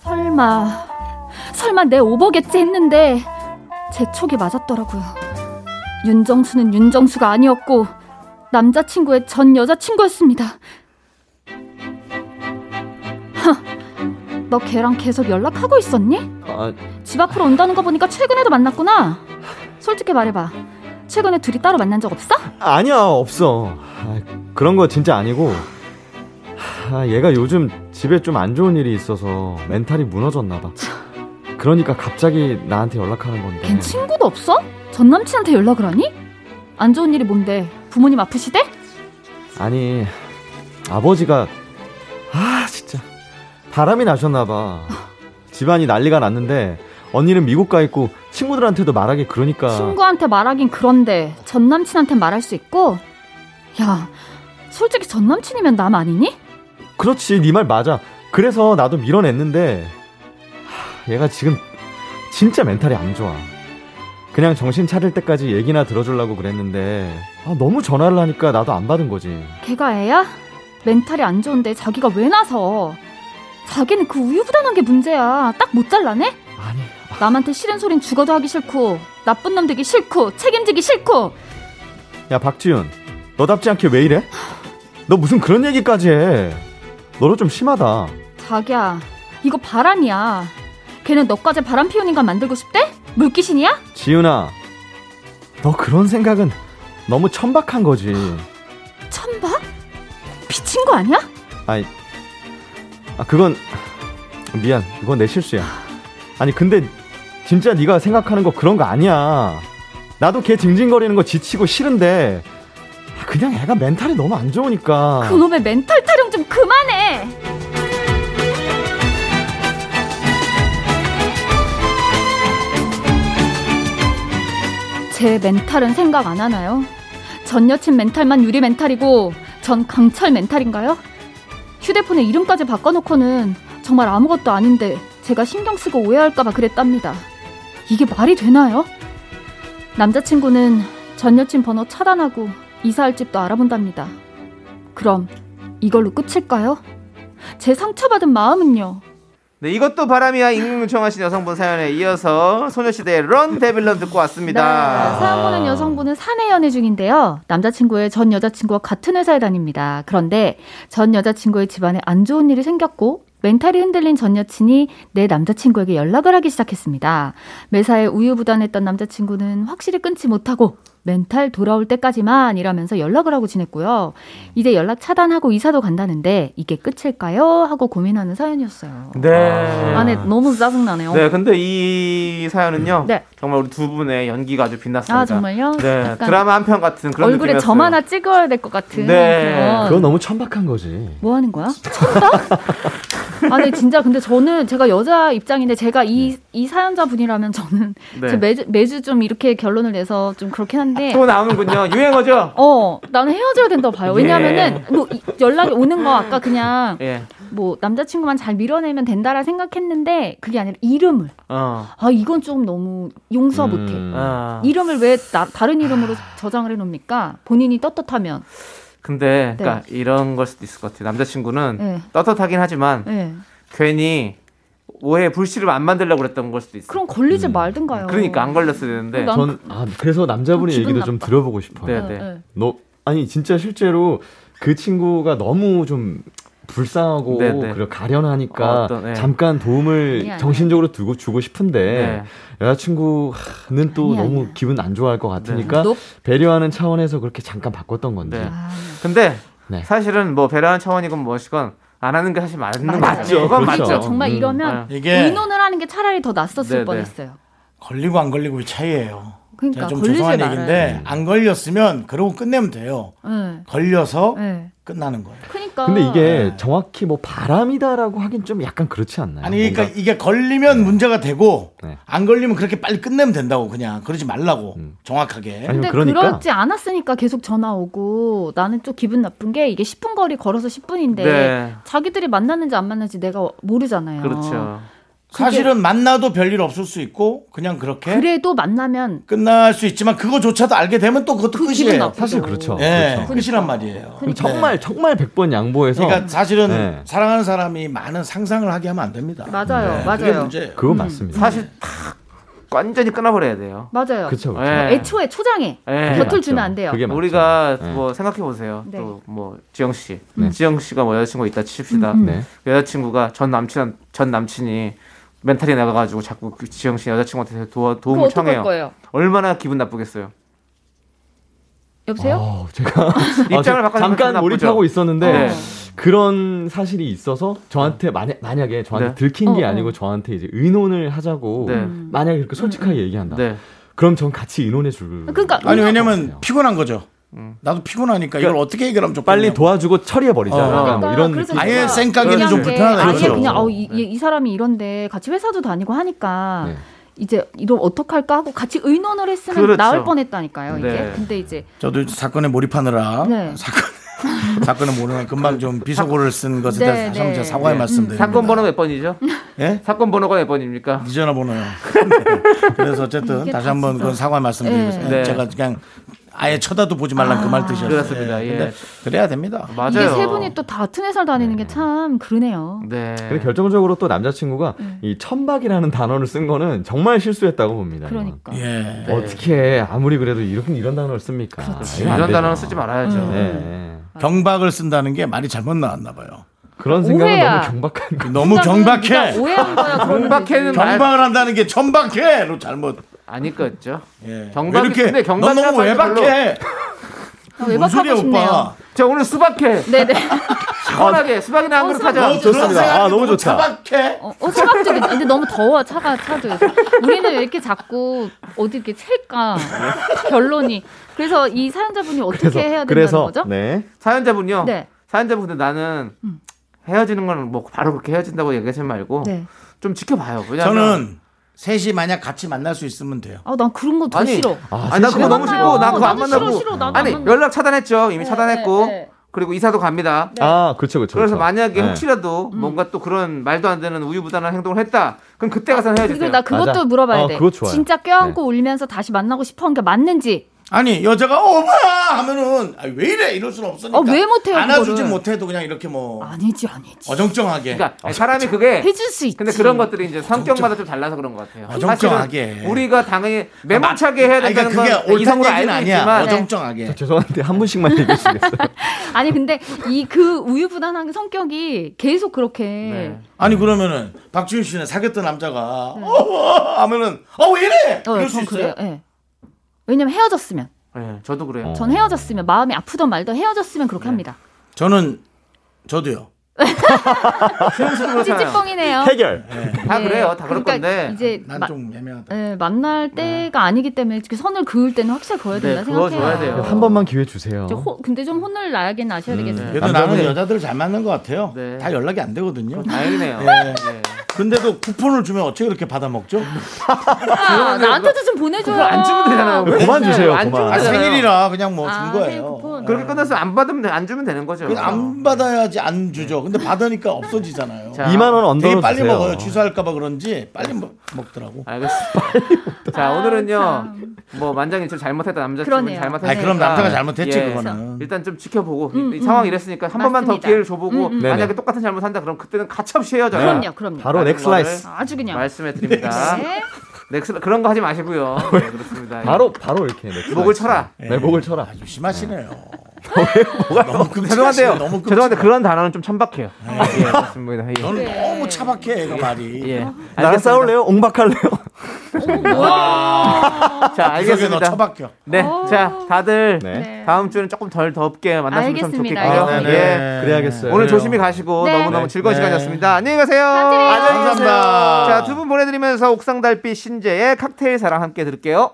S6: 설마 설마 내 오버겠지 했는데 제 촉이 맞았더라고요. 윤정수는 윤정수가 아니었고 남자친구의 전 여자친구였습니다. 하, 너 걔랑 계속 연락하고 있었니?
S5: 아,
S6: 집 앞으로 온다는 거 보니까 최근에도 만났구나. 솔직히 말해봐. 최근에 둘이 따로 만난 적 없어?
S5: 아니야 없어 아, 그런 거 진짜 아니고 아, 얘가 요즘 집에 좀 안 좋은 일이 있어서 멘탈이 무너졌나 봐 그러니까 갑자기 나한테 연락하는 건데
S6: 걘 친구도 없어? 전 남친한테 연락을 하니? 안 좋은 일이 뭔데? 부모님 아프시대?
S5: 아니 아버지가 아 진짜 바람이 나셨나 봐 집안이 난리가 났는데 언니는 미국 가 있고 친구들한테도 말하기 그러니까
S6: 친구한테 말하긴 그런데 전 남친한테 말할 수 있고 야 솔직히 전 남친이면 남 아니니?
S5: 그렇지 네 말 맞아 그래서 나도 밀어냈는데 하, 얘가 지금 진짜 멘탈이 안 좋아 그냥 정신 차릴 때까지 얘기나 들어주려고 그랬는데 아, 너무 전화를 하니까 나도 안 받은 거지
S6: 걔가 애야? 멘탈이 안 좋은데 자기가 왜 나서 자기는 그 우유부단한 게 문제야 딱 못 잘라내?
S5: 아니
S6: 남한테 싫은 소린 죽어도 하기 싫고 나쁜 놈 되기 싫고 책임지기 싫고
S5: 야 박지윤 너답지 않게 왜 이래? 너 무슨 그런 얘기까지 해 너도 좀 심하다
S6: 자기야 이거 바람이야 걔는 너까지 바람 피운 인간 만들고 싶대? 물귀신이야?
S5: 지윤아 너 그런 생각은 너무 천박한 거지
S6: 천박? 미친 거 아니야?
S5: 아니, 아 그건 미안, 그건 내 실수야. 아니 근데 진짜 네가 생각하는 거 그런 거 아니야. 나도 걔 징징거리는 거 지치고 싫은데 아, 그냥 애가 멘탈이 너무 안 좋으니까.
S6: 그놈의 멘탈 타령 좀 그만해. 제 멘탈은 생각 안 하나요? 전 여친 멘탈만 유리 멘탈이고 전 강철 멘탈인가요? 휴대폰에 이름까지 바꿔놓고는 정말 아무것도 아닌데 제가 신경 쓰고 오해할까봐 그랬답니다. 이게 말이 되나요? 남자친구는 전 여친 번호 차단하고 이사할 집도 알아본답니다. 그럼 이걸로 끝일까요? 제 상처받은 마음은요.
S2: 네, 이것도 바람이야 익명 요청하신 여성분 사연에 이어서 소녀시대의 런 데빌런 듣고 왔습니다.
S6: 네, 사연 보는 여성분은 사내 연애 중인데요. 남자친구의 전 여자친구와 같은 회사에 다닙니다. 그런데 전 여자친구의 집안에 안 좋은 일이 생겼고 멘탈이 흔들린 전 여친이 내 남자친구에게 연락을 하기 시작했습니다. 매사에 우유부단했던 남자친구는 확실히 끊지 못하고 멘탈 돌아올 때까지만 이라면서 연락을 하고 지냈고요. 이제 연락 차단하고 이사도 간다는데 이게 끝일까요? 하고 고민하는 사연이었어요.
S2: 네.
S6: 안에 너무 짜증나네요.
S2: 네, 근데 이 사연은요.
S6: 네.
S2: 정말 우리 두 분의 연기가 아주 빛났습니다.
S6: 아 정말요?
S2: 네,
S6: 약간
S2: 드라마 한 편 같은 그런
S6: 얼굴에
S2: 느낌이었어요.
S6: 점 하나 찍어야 될 것 같은
S2: 네.
S6: 그런.
S5: 그건 너무 천박한 거지.
S6: 뭐 하는 거야? 천다 아니 진짜 근데 저는 제가 여자 입장인데 제가 이 이 사연자 분이라면 저는
S2: 네. 아,
S6: 제 매주 매주 좀 이렇게 결론을 내서 좀 그렇긴 한데
S2: 또 나오는군요. 유행어죠?
S6: 어 나는 헤어져야 된다고 봐요.
S2: 예.
S6: 왜냐하면은 뭐 이- 연락이 오는 거 아까 그냥
S2: 예.
S6: 뭐 남자친구만 잘 밀어내면 된다라 생각했는데 그게 아니라 이름을
S2: 어.
S6: 아 이건 좀 너무 용서 못해.
S2: 아.
S6: 음. 이름을 왜 나- 다른 이름으로 저장을 해놓습니까? 본인이 떳떳하면.
S2: 근데
S6: 네.
S2: 그러니까 이런 걸 수도 있을 것 같아요. 남자친구는
S6: 네.
S2: 떳떳하긴 하지만
S6: 예.
S2: 괜히 오해 불씨를 안 만들려고 그랬던 걸 수도 있어요.
S6: 그럼 걸리지 말든가요. 네.
S2: 그러니까 안 걸렸어야 되는데.
S6: 난-
S5: 전 아, 그래서 남자분의
S6: 기분
S5: 얘기도 좀
S6: 나빠.
S5: 들어보고 싶어요.
S2: 네.
S6: 예, 예.
S5: 너 아니 진짜 실제로 그 친구가 너무 좀 불쌍하고
S2: 네, 네.
S5: 그리고 가련하니까
S2: 어, 어떤, 예.
S5: 잠깐 도움을
S6: 아니야, 아니야.
S5: 정신적으로 두고 주고 싶은데
S2: 네.
S5: 여자친구는 또
S6: 아니야, 네.
S5: 너무
S6: 아니야.
S5: 기분 안 좋아할 것 같으니까
S6: 높.
S5: 배려하는 차원에서 그렇게 잠깐 바꿨던 건데
S2: 네.
S6: 그러니까? 아,
S2: 근데
S5: 네.
S2: 사실은 뭐 배려하는 차원이건 무엇이건 안 하는 게 사실 맞는 거
S6: 맞아요.
S2: 맞죠. 그건
S5: 그렇죠.
S2: 맞죠.
S6: 정말
S5: 음.
S6: 이러면
S2: 아유.
S1: 이게
S6: 의논을 하는 게 차라리 더 낫었을
S2: 네, 네.
S6: 뻔했어요.
S1: 걸리고 안 걸리고의 차이예요.
S6: 그러니까
S1: 제가 좀
S6: 걸리지
S1: 죄송한
S6: 말아요.
S1: 얘기인데 안 걸렸으면 그러고 끝내면 돼요.
S6: 네.
S1: 걸려서
S6: 네.
S1: 끝나는 거예요.
S6: 그러니까.
S5: 근데
S2: 어, 네.
S5: 이게 정확히 뭐 바람이다라고 하긴 좀 약간 그렇지 않나요?
S1: 아니 그러니까
S5: 뭔가-
S1: 이게 걸리면 문제가 되고
S5: 네.
S1: 안 걸리면 그렇게 빨리 끝내면 된다고 그냥 그러지 말라고
S5: 음.
S1: 정확하게.
S5: 아니,
S6: 근데 그러
S5: 그러니까.
S6: 지 않았으니까 계속 전화 오고 나는 좀 기분 나쁜 게 이게 10분 거리 걸어서 10분인데
S2: 네.
S6: 자기들이 만났는지 안 만났는지 내가 모르잖아요.
S2: 그렇죠.
S1: 사실은 만나도 별일 없을 수 있고 그냥 그렇게
S6: 그래도 만나면
S1: 끝날 수 있지만 그거조차도 알게 되면 또 그것도
S6: 그 기분
S1: 끝이에요.
S6: 나쁘죠.
S5: 사실 그렇죠.
S1: 예,
S6: 그러니까
S5: 그렇죠.
S1: 끝이란 말이에요. 네.
S5: 그럼 정말 정말 100번 양보해서
S1: 그러니까 사실은
S5: 네.
S1: 사랑하는 사람이 많은 상상을 하게 하면 안 됩니다. 네,
S6: 맞아요, 맞아요.
S1: 그게 문제예요.
S5: 그건 맞습니다.
S2: 사실 탁 완전히 끊어버려야 돼요.
S6: 맞아요.
S5: 그렇죠. 그렇죠.
S2: 예.
S6: 애초에 초장에
S2: 예.
S5: 그게
S6: 곁을
S5: 맞죠.
S6: 주면 안 돼요.
S5: 그게 맞죠.
S2: 우리가
S5: 네.
S2: 뭐 생각해 보세요.
S6: 네.
S2: 또 뭐 지영 씨,
S5: 네.
S2: 지영 씨가 뭐 여자친구 있다 칩시다. 그
S5: 네.
S2: 여자친구가 전 남친 전 남친이 멘탈이 나가가지고 자꾸 그 지영 씨 여자친구한테 도,
S6: 그거
S2: 도움을
S6: 어떡할
S2: 청해요.
S6: 거예요?
S2: 얼마나 기분 나쁘겠어요.
S6: 여보세요?
S5: 어, 제가
S2: 입장을
S5: 아, 저-
S2: 바꿔서
S5: 잠깐
S2: 나쁘죠.
S5: 몰입하고 있었는데
S2: 네.
S5: 그런 사실이 있어서 저한테 만약 만약에 저한테
S2: 네.
S5: 들킨 게
S6: 어, 음. 어.
S5: 아니고 저한테 이제 의논을 하자고
S2: 네.
S5: 만약에 그렇게 솔직하게 얘기한다.
S2: 네.
S5: 그럼 전 같이 의논해 줄.
S6: 그러니까
S1: 아니
S6: 의논-
S1: 왜냐면 피곤한 거죠. 나도 피곤하니까 이걸 어떻게 해결하면 좋겠냐고.
S5: 빨리 도와주고 처리해 버리자.
S1: 어.
S5: 약간 뭐 이런
S6: 음. 그러니까 그래서
S5: 느낌.
S1: 아예
S6: 제가
S1: 생각에는
S6: 얘기한
S1: 좀
S6: 게
S1: 불편하다
S6: 아예
S1: 이거죠.
S6: 그냥 어,
S1: 네.
S6: 이, 이 사람이 이런데 같이 회사도 다니고 하니까
S5: 네.
S6: 이제 이걸 어떡할까 하고 같이 의논을 했으면
S2: 그렇죠.
S6: 나을 뻔했다니까요. 이게.
S2: 네.
S6: 근데 이제
S1: 저도 이제 사건에 몰입하느라
S6: 네.
S1: 사건 사건을 모르는 금방 좀 비속어를 쓴 것에 대해서
S6: 네,
S1: 다시 한번
S6: 네.
S1: 제가 사과의
S2: 그 네.
S1: 말씀드립니다.
S2: 사건 번호 몇 번이죠?
S1: 예?
S2: 사건 번호가 몇 번입니까?
S1: 네 전화번호요. 네. 그래서 어쨌든
S6: 이게
S1: 다시
S6: 다
S1: 한번
S6: 진짜-
S1: 그건 사과 말씀드리고
S6: 네.
S1: 네.
S2: 네.
S1: 제가 그냥 아예 쳐다도 보지 말란 그 말 뜻이었어요.
S2: 그렇습니다. 예.
S1: 근데 그래야 됩니다.
S2: 맞아요.
S6: 이게 세 분이 또 다 같은 회사를 다니는 게 참 그러네요.
S2: 네.
S5: 근데 결정적으로 또 남자친구가
S6: 네.
S5: 이 천박이라는 단어를 쓴 거는 정말 실수했다고 봅니다. 이건.
S6: 그러니까.
S1: 예.
S5: 어떻게 아무리 그래도 이렇게 이런 단어를 씁니까? 이건 안
S2: 네. 이런
S5: 되죠.
S2: 단어는 쓰지 말아야죠.
S5: 네. 네.
S1: 경박을 쓴다는 게 말이 잘못 나왔나 봐요.
S5: 그런 생각은
S6: 아, 오해야.
S5: 너무 경박한 거.
S1: 너무 경박해.
S6: 누가 오해한 거야. 그러면
S2: 경박해는
S6: 되지.
S2: 말
S1: 경박을 한다는 게 천박해로 잘못.
S2: 아니겠죠.
S1: 예.
S2: 경박이-
S1: 왜 이렇게
S2: 근데 경박이
S1: 넌 너무
S2: 할 바에는
S1: 외박해.
S6: 아,
S1: 뭔 소리야
S6: 외박하고 싶네요.
S1: 오빠.
S2: 자 오늘 수박회
S6: 네네.
S2: 시원하게 수박이나 한
S6: 어,
S2: 그릇
S6: 수박.
S2: 하자.
S1: 너 그런
S5: 좋습니다.
S1: 생각이
S5: 아, 너무
S1: 너무
S5: 좋다.
S1: 차박해.
S6: 어, 어 차갑죠. 근데 너무 더워 차가 차도. 우리는 왜 이렇게 자꾸 어디 이렇게 셀까 결론이. 그래서 이 사연자분이 어떻게
S5: 그래서
S6: 해야 된다는
S5: 그래서
S6: 거죠?
S5: 네.
S2: 사연자분요.
S6: 네. 음.
S2: 사연자분 근데 나는 헤어지는 건 뭐 바로 그렇게 헤어진다고 얘기하지 말고
S6: 네.
S2: 좀 지켜봐요. 왜냐면
S1: 저는 셋이 만약 같이 만날 수 있으면 돼요.
S6: 아난 그런 거 더
S2: 아니,
S6: 싫어.
S5: 아,
S2: 아나 그거
S5: 사실은
S2: 너무
S6: 만나요.
S2: 싫고 나 그거 안
S6: 나도 싫어,
S2: 만나고
S6: 싫어. 나도 안
S2: 아니
S6: 만나요.
S2: 연락 차단했죠. 이미
S6: 네,
S2: 차단했고
S6: 네, 네.
S2: 그리고 이사도 갑니다.
S5: 아, 그렇죠, 그렇죠.
S2: 네. 그래서
S5: 그렇죠.
S2: 만약에
S5: 네.
S2: 혹시라도
S6: 음.
S2: 뭔가 또 그런 말도 안 되는 우유부단한 행동을 했다. 그럼 그때 가서 헤어지세요.
S6: 그리고 나 그것도
S5: 맞아.
S6: 물어봐야
S5: 어,
S6: 돼.
S5: 그거 좋아요.
S6: 진짜 껴안고 울면서 다시 만나고 싶어 한 게 맞는지.
S1: 아니 여자가 오마 하면은 아, 왜 이래 이럴 수는 없으니까.
S6: 어, 왜 못해요,
S1: 안아주지
S6: 그거를.
S1: 못해도 그냥 이렇게 뭐
S6: 아니지 아니지.
S1: 어정쩡하게.
S2: 그러니까 사람이 그게
S6: 해줄 수 있지.
S2: 근데 그런 것들이 이제 성격마다 좀 달라서 그런 것 같아요.
S1: 어정쩡하게. 아,
S2: 사실은 우리가 당연히 매몰차게 해야
S1: 아니,
S2: 된다는
S1: 그러니까 그게
S2: 건
S1: 옳다는
S2: 이성으로
S1: 얘기는
S2: 알고
S1: 아니야.
S6: 네.
S2: 있지만
S1: 어정쩡하게.
S5: 저 죄송한데 한 분씩만 얘기해 주시겠어요?
S6: 아니 근데 이 그 우유부단한 성격이 계속 그렇게
S2: 네.
S1: 아니 그러면은 박지윤 씨는 사귀었던 남자가 어 하면은 어 왜 이래?
S6: 음. 어,
S1: 이럴 수
S6: 전
S1: 있어요?
S6: 그래요. 예. 왜냐면 헤어졌으면
S2: 네, 저도 그래요.
S6: 전 헤어졌으면 마음이 아프던 말던 헤어졌으면 그렇게 합니다.
S1: 저는 저도요.
S2: 그렇잖아요.
S6: 찌찌뽕이네요.
S5: 해결.
S2: 다
S6: 네.
S2: 그래요. 다 그럴
S6: 그러니까
S2: 건데.
S6: 이제
S1: 난
S6: 마-
S1: 좀 애매하다.
S6: 예, 만날 때가 아니기 때문에 이렇게 선을 그을 때는 확실히 그어야 된다
S2: 네,
S6: 생각해요.
S2: 그어줘야 돼요. 음.
S5: 한 번만 기회 주세요.
S6: 저 호- 근데 좀 혼을 나야긴 나셔야 되겠어요.
S1: 그래도
S5: 남자는-
S1: 나는 여자들 잘 만난 것 같아요.
S2: 네.
S1: 다 연락이 안 되거든요.
S6: 그렇죠.
S2: 다행이네요.
S1: 네.
S2: 네.
S1: 근데도 쿠폰을 주면 어떻게 그렇게 받아 먹죠?
S6: 아, 나한테도 좀 보내줘요.
S2: 그거 안 주면 되잖아요. 그렇죠.
S5: 왜 그만 주세요,
S2: 안
S5: 그만.
S2: 주면
S1: 아,
S5: 맞아요.
S2: 되잖아요.
S1: 생일이라 그냥 뭐 준
S6: 아, 생일
S1: 거예요.
S6: 쿠폰.
S2: 그렇게 끝났으면 안 받으면 돼, 안 주면 되는 거죠.
S1: 그래서 안 받아야지 안 주죠. 근데 받으니까 없어지잖아요.
S2: 자,
S5: 2만 원
S1: 되게
S5: 언더로
S1: 빨리
S5: 주세요.
S1: 먹어요. 취소할까봐 그런지 빨리 먹, 먹더라고.
S2: 알겠습니다. 자 오늘은요
S6: 아, 참.
S2: 뭐 만장일치 잘못했다 남자친구
S6: 그러네요.
S2: 잘못했다.
S1: 아니, 그럼 남자가 잘못했지, 그거는.
S2: 일단 좀 지켜보고 이 상황 이랬으니까 한 번만 더
S6: 음, 맞습니다.
S2: 기회를 줘보고
S5: 음.
S2: 만약에
S5: 네네.
S2: 똑같은 잘못한다 그럼 그때는 가차없이 헤어져요.
S1: 네.
S6: 그럼요, 그럼요.
S5: 바로
S2: 라는
S5: 넥슬라이스.
S2: 거를
S6: 아주 그냥.
S2: 말씀해 드립니다.
S6: 네.
S2: 넥슬 그런 거 하지 마시고요. 네, 그렇습니다.
S5: 바로 바로 이렇게 넥슬라이스.
S2: 목을 쳐라.
S5: 네, 목을 쳐라.
S1: 아주 심하시네요.
S2: 너무 죄송한데요.
S1: 너무 끔찍해.
S2: 죄송한데 그런 단어는 좀 천박해요. 예, 그렇습니다. 예.
S1: 너는 너무 차박해, 애가 말이.
S2: 예.
S5: 나랑 싸울래요? 옹박할래요?
S6: 어,
S2: 자,
S1: 구석에 너
S2: 알겠습니다.
S1: 처박혀.
S2: 네.
S6: 어.
S2: 자, 다들
S5: 네.
S2: 다음 주는 조금 덜 덥게 만났으면 참
S6: 알겠습니다.
S2: 좋겠고요.
S6: 아,
S1: 네네.
S2: 예.
S5: 그래야겠어요.
S2: 오늘 조심히 가시고
S6: 네.
S2: 너무너무
S5: 네.
S2: 즐거운
S1: 네.
S2: 시간이었습니다. 안녕히 가세요. 안녕히
S1: 감사합니다.
S2: 자, 두 분 보내드리면서 옥상달빛 신재의 칵테일 사랑 함께 들을게요.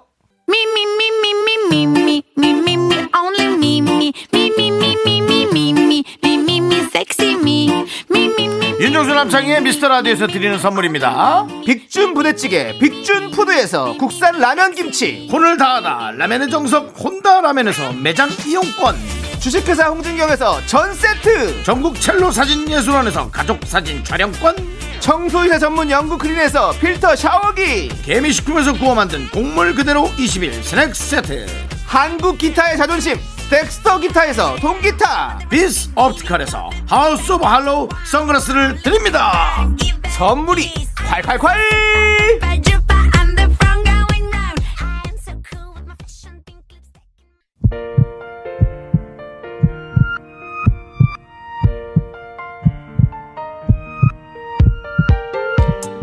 S3: me, me, me, me, me, me, me, only me, me, me, me, me, me, me, me, me, me, me, me, sexy me, me, me, me.
S1: 윤정수 남창희의 미스터 라디오에서 드리는 선물입니다.
S2: 빅준 부대찌개 빅준푸드에서 국산 라면 김치
S1: 혼을 다하다 라면의 정석 혼다 라면에서 매장 이용권
S2: 주식회사 홍진경에서 전 세트
S1: 전국 첼로 사진 예술원에서 가족 사진 촬영권
S2: 청소이사 전문 영국 크린에서 필터 샤워기
S1: 개미식품에서 구워 만든 곡물 그대로 20일 스낵 세트
S2: 한국 기타의 자존심 덱스터 기타에서 동기타
S1: 비스 옵티컬에서 하우스 오브 할로우 선글라스를 드립니다.
S2: 선물이 콸콸콸
S3: But you I'm the front going round. I'm so cool with my fashion pink lipstick.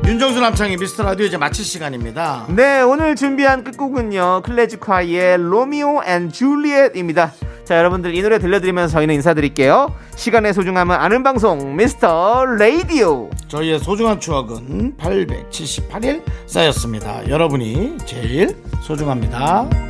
S1: 윤정수 남창희 미스터 라디오 이제 마칠 시간입니다.
S2: 네, 오늘 준비한 끝곡은요. 클래지콰이의 로미오 앤 줄리엣입니다. 자, 여러분들 이 노래 들려드리면서 저희는 인사드릴게요. 시간의 소중함은 아는 방송 미스터 레이디오.
S1: 저희의 소중한 추억은 878일 쌓였습니다. 여러분이 제일 소중합니다.